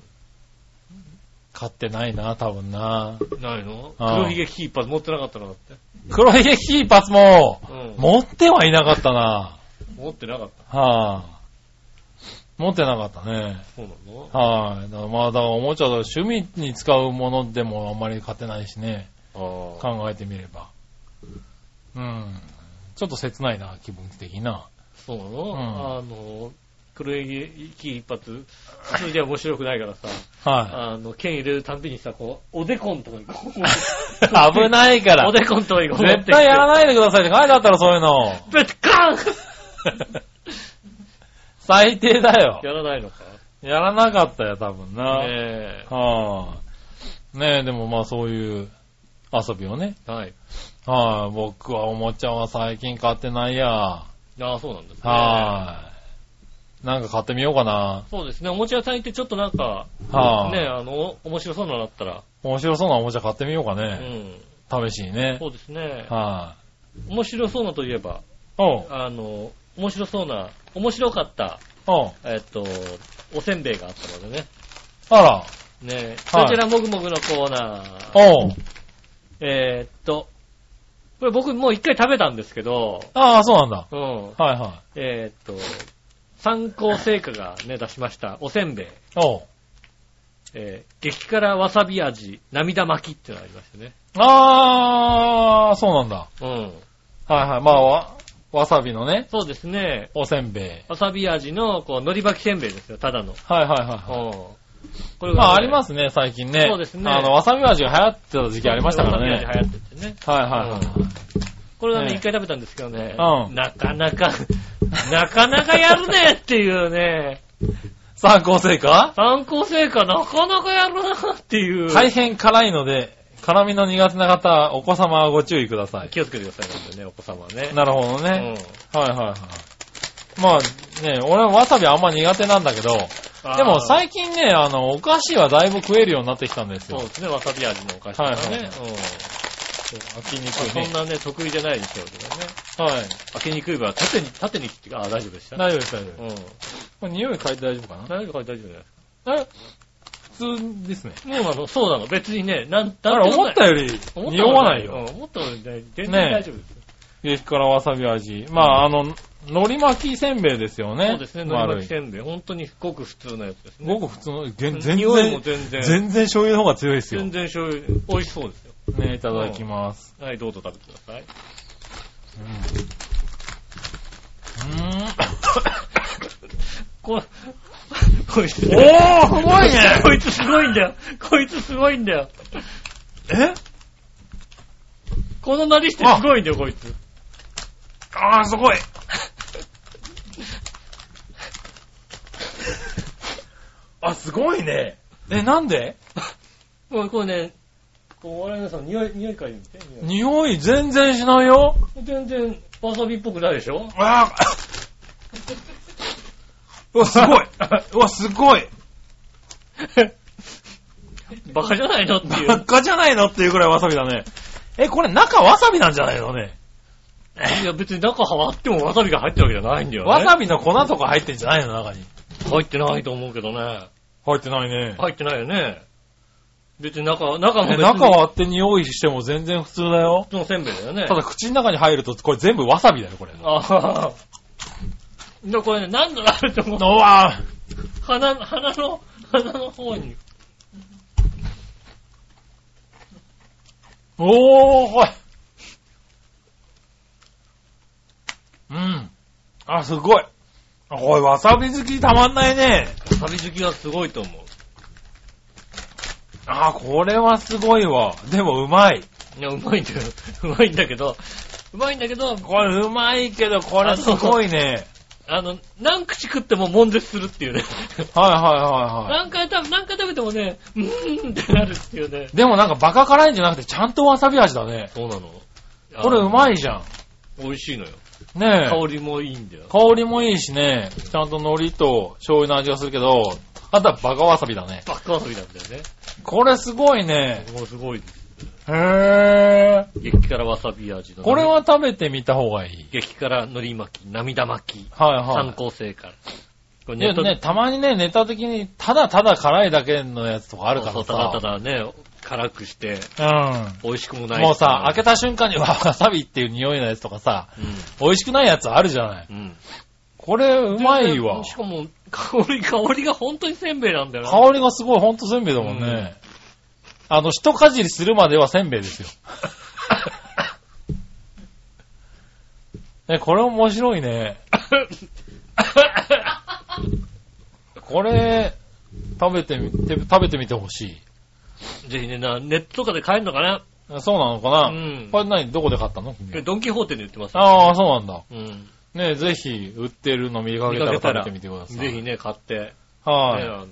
C: 買ってないな多分な
B: ないの
C: ああ
B: 黒ひげキーパー持ってなかったのだって。
C: 黒ひげキーパスも、
B: うん。
C: 持ってはいなかったな
B: 持ってなかった。
C: はい、持ってなかったね。
B: そうなの
C: はい、だからまあ、だからおもちゃだ、趣味に使うものでもあんまり買ってないしね。
B: ああ。
C: 考えてみれば。うん。ちょっと切ないな、気分的な。
B: そうな
C: うん
B: のあの、黒ひげキーパー、普通じゃ面白くないからさ、
C: は
B: あの、剣入れるたんびにさ、こう、おでこんとかにこう、
C: い。危ないから
B: お。でこんとかにこう持ってき
C: 絶
B: て
C: 対やらないでくださいって書いてあったらそうい うの。
B: ぶっ かん
C: 最低だよ。
B: やらないのか。
C: やらなかったよ、多分な。
B: ね
C: はあ。ねえ、でもまあそういう遊びをね。
B: え。はい。
C: はい、僕はおもちゃは最近買ってないや。は
B: ああ、そうなんです
C: い、
B: ね。
C: なんか買ってみようかな。
B: そうですね。お餅屋さん行ってちょっとなんか、
C: はあ
B: ねえ、あの、面白そうなのだったら、
C: 面白そうなおもちゃ買ってみようか
B: う
C: ね。
B: ん。
C: 試しにね。
B: そうですね。
C: はい、
B: 面白そうなといえば、
C: おう、
B: あの、面白そうな、面白かった、
C: おう。
B: えっと、おせんべいがあったのでね。
C: あら、
B: ねえ、
C: はい
B: そちらもぐもぐのコーナー。
C: おう。
B: えーっと、これ僕もう一回食べたんですけど、
C: ああ、そうなんだ。
B: うん。
C: はいは
B: えーっと、参考成果がね、出しました。おせんべい。
C: い。おう。
B: えー激辛わさび味、涙巻きってのがありましたね。
C: ああ、そうなんだ。
B: うん。
C: はいはい。まあ、わ、わさびのね、
B: そうですね。
C: おせんべい。
B: わさび味の、こう、海苔巻きせんべいですよ、ただの。うん。
C: はいはいはいは
B: これ
C: い。まあ、ありますすね、最近ね。
B: そうですね
C: あの、わさび味が流行ってた時期ありましたからね。
B: わさび味流行っててね。
C: はいはいはい。
B: これはね、
C: ね
B: 一回食べたんですけどね。
C: うん
B: なかなか、なかなかやるねっていうね。
C: 参考成果
B: 参考成果なかなかやるなっていう。
C: 大。変辛いので、辛みの苦手な方、お子様はご注意ください。
B: 気をつけてくださいなんでね、お子様はね。
C: なるほど
B: うん。
C: ね。はいはいはい。まあね、俺はわさびあんま苦手なんだけど、
B: あー
C: でも最近ね、あの、お菓子はだいぶ食えるようになってきたんです
B: そう
C: よ。
B: ですね、わさび味のお菓子とかね。
C: はいはいはい
B: うん。
C: 飽きに
B: まあ
C: くい
B: そん
C: ね。
B: なね、得意じゃないですよ、けどね。
C: はい。
B: 開けにくいから、縦に、縦に切って、あー、大丈夫でした。
C: 大丈夫です、大丈夫で
B: うん。
C: す。これ匂い嗅いで大丈夫かな
B: 大丈夫か、大丈夫だよ。
C: え普通ですね。
B: もうなの、そうなの。別にね、なん、だ
C: だから思ったより
B: 思った
C: 匂わないよ。
B: うん思ったよりね全然
C: ねえ
B: 大丈夫ですよ。
C: 激辛わさび味。まあ、あの、海苔巻きせんべいですよね。
B: そうですね、海苔巻きせんべい。本当にごく普通のやつですね。
C: ごく普通の、げん全
B: 匂いも
C: 然、
B: 全然。
C: 全然醤油の方が強いですよ。
B: 全
C: ね、
B: 然醤油、美味しそうですよ。
C: いただきます。
B: はい、どうぞ食べてください。
C: うん。 うーん。
B: こ、こいつ。
C: おーすごいね
B: こいつすごいんだよこいつすごいんだよ
C: え
B: このなりしてすごいんだよ、こいつ。
C: あーすごい。 あ、すごいね。え、なんで
B: もうこれね、こう、我々さん、匂い、匂い嗅いでみて。匂い
C: 匂い全然しないよ。
B: 全然、わさびっぽくないでしょ
C: あう わ、すごい。うわ、すご い。
B: バカじゃないのって い
C: 真っ
B: う。
C: 赤じゃないのっていうぐらいわさびだね。え、これ中わさびなんじゃないのね。
B: いや、別に中割ってもわさびが入ってるわけじゃないんだよね。
C: わさびの粉とか入ってんじゃないの中に。
B: 入ってないと思うけどね。
C: 入ってないね。
B: 入ってないよね。別に中、中も
C: え
B: 別に。
C: 中割って匂いしても全然普通だよ。
B: 普通のせんべいだよね。
C: ただ口の中に入ると、これ全部わさびだよ、これ。
B: ああ。で、これね、何度なると思う
C: うわぁ
B: 鼻、鼻の、鼻の方に。
C: おー、ほい。うん。あ、すごい。あこれわさび好きたまんないね。
B: サビ好きはすごいと思
C: あ、これはすごいわ。でもうまい。
B: う。いや、うまいんだよ。うまいんだけど、うまいんだけど、
C: これうまいけど、これすごいね。
B: あの、何口食っても悶絶するっていうね。
C: はいはいはいは
B: 何回食べ、何回食べてもね、うーんってなるっていうね。
C: い。でもなんかバカ辛いんじゃなくて、ちゃんとわさび味だね。
B: そうなの
C: これうま
B: い。
C: いじゃん。
B: 美味しいのよ。
C: ねえ。
B: 香りもいいんだよ。
C: 香りもいいしね。ちゃんと海苔と醤油の味がするけど、あとはバカわさびだね。
B: バックワサビなんだよね。
C: これすごいね。
B: もうすごい。
C: へー。
B: 激辛わさび味の。
C: これは食べてみた方がいい。
B: 激辛海苔巻き、涙巻き、
C: はいは
B: 三
C: い。
B: 高生から。これ
C: でもね、たまにね、ネタ的に、ただただ辛いだけのやつとかあ
B: あ
C: るからさ。
B: ただただね、辛くして、美味しくも
C: う。
B: なんい。
C: もうさ、開けた瞬間に、わわさびっていう匂いのやつとかさ、美味しくないやつあるじゃない。
B: うん。うん。
C: これ、うまいわ。
B: しかも、香り、香りが本当にせんべいなんだよな。
C: 香りがすごい、ほんとせんべいだもんね。あの、一かじりするまではせんべいですよ。ね、これ面白いね。これ、食べてみて、食べてみてほし
B: ぜひね、なネットとかで買えるのかな、
C: い。そうなのかな、
B: うん
C: これ何どこで買ったの君
B: ドンキホーテで売ってますよ
C: ああ、そうなんだ。
B: うん。
C: ねぜひ、売ってるの見かけたら食べてみてください。
B: ぜひね、買って、
C: は
B: ね、
C: い。
B: あの、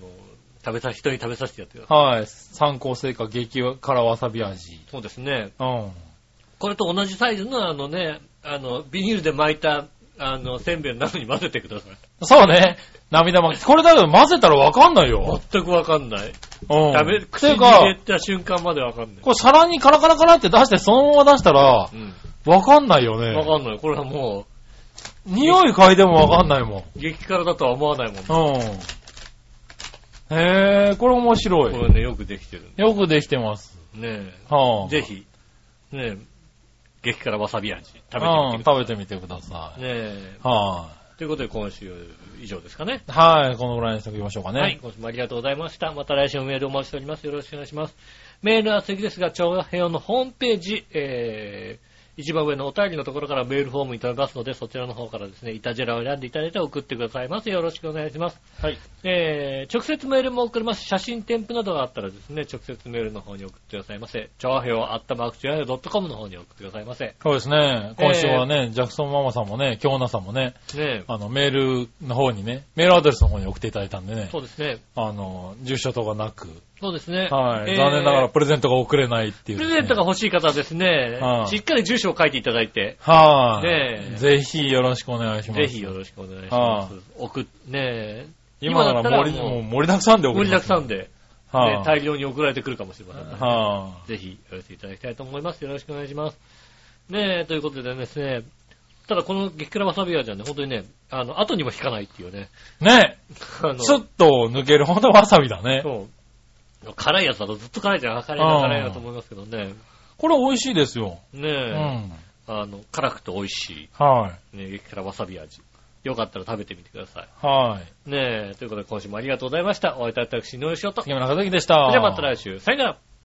B: 食べさ、人に食べさせてやってください。
C: はい。参考成果、激辛わさび味。
B: そうですね。
C: うん。
B: これと同じサイズのあのね、あの、ビニールで巻いた、あの、せんべいの中に混ぜてください。
C: そうね。涙巻き。これだけど混ぜたらわかんないよ。
B: 全くわかんない。
C: うん。
B: 食べ、口
C: て
B: に
C: か
B: 入、れた瞬間までわかんない。
C: これ皿にカラカラカラって出してそのまま出したら
B: う、ん。
C: わかんないよね。
B: わかんない。これはも
C: 匂い嗅いでもわかんないもん。
B: う、激辛だとは思わないもんね。
C: うん。へえ、これ面
B: こ
C: 白い。
B: れね、よくできてるん
C: よくできてます。
B: で。ね
C: は
B: え。
C: あ。
B: ぜひ、ねえ、激辛わさび味、食べてみて
C: うん
B: くださ
C: 食べてみてくださ
B: い。
C: い。
B: ねえ。
C: は
B: ということで、今週以上ですかね。
C: い。はい、このぐらいにしておきましょうかね。
B: はい、今週もありがとうございました。また来週もメールお待ちしております。よろしくお願いします。メールは次ですが、調和平和のホームページ、えー、一番上のお便りのところからメールフォームいただきますので、そちらの方からですね、イタジェラを選んでいただいて送ってくださいます。よろしくお願いします。
C: はい。
B: えー、直接メールも送れます。写真添付などがあったらですね、直接メールの方に送ってくださいませ。調和平和アットマークチュアヘドットコムの方に送ってくださいませ。ね
C: そうですね。今週はね、ジャクソンママさんもね、京奈さんもね、
B: え
C: あの、メールの方にね、メールアドレスの方に送っていただいたんでね
B: そ、うですね。
C: あの、住所とかなく、
B: そうですね。
C: はい、
B: えー
C: 残念ながらプレゼントが送れないっていう、
B: プレゼントが欲しい方はですね、
C: はい
B: しっかり住所を書いていただいて、
C: はい、
B: ねえ
C: ぜひよろしくお願いします。
B: ぜひよろしくお願いします。送っ、ねえ、
C: 今なら盛り、
B: 今だったらも
C: も
B: う
C: う盛りだくさんで送
B: 盛りだくさ
C: で。
B: んで、ね
C: はい、
B: 大量に送られてくるかもしれませんから、
C: は
B: ぜひやらせていただきたいと思います。よろしくお願いします。ねえ、ということでですね、ただこの激辛わさび味はね、本当にね、あの、後にも引かないっていうね、
C: い、ね
B: あの、
C: え、ちょっと抜けるほどわさびだね。
B: そう辛いやつだとずっと辛いじゃん。辛いな、
C: うん
B: 辛いなと思いますけどね。
C: これ美味しいですよ。
B: ね
C: う
B: え、
C: ん。
B: あの、辛くて美味し、
C: はい
B: ね、激辛わさび味。よかったら食べてみてくださ
C: い。はい。
B: い。ねえ、ということで今週もありがとうございました。お会いいたい私、井上翔と。そ
C: 杉村和之でした。
B: れじゃあまた来週。さよなら。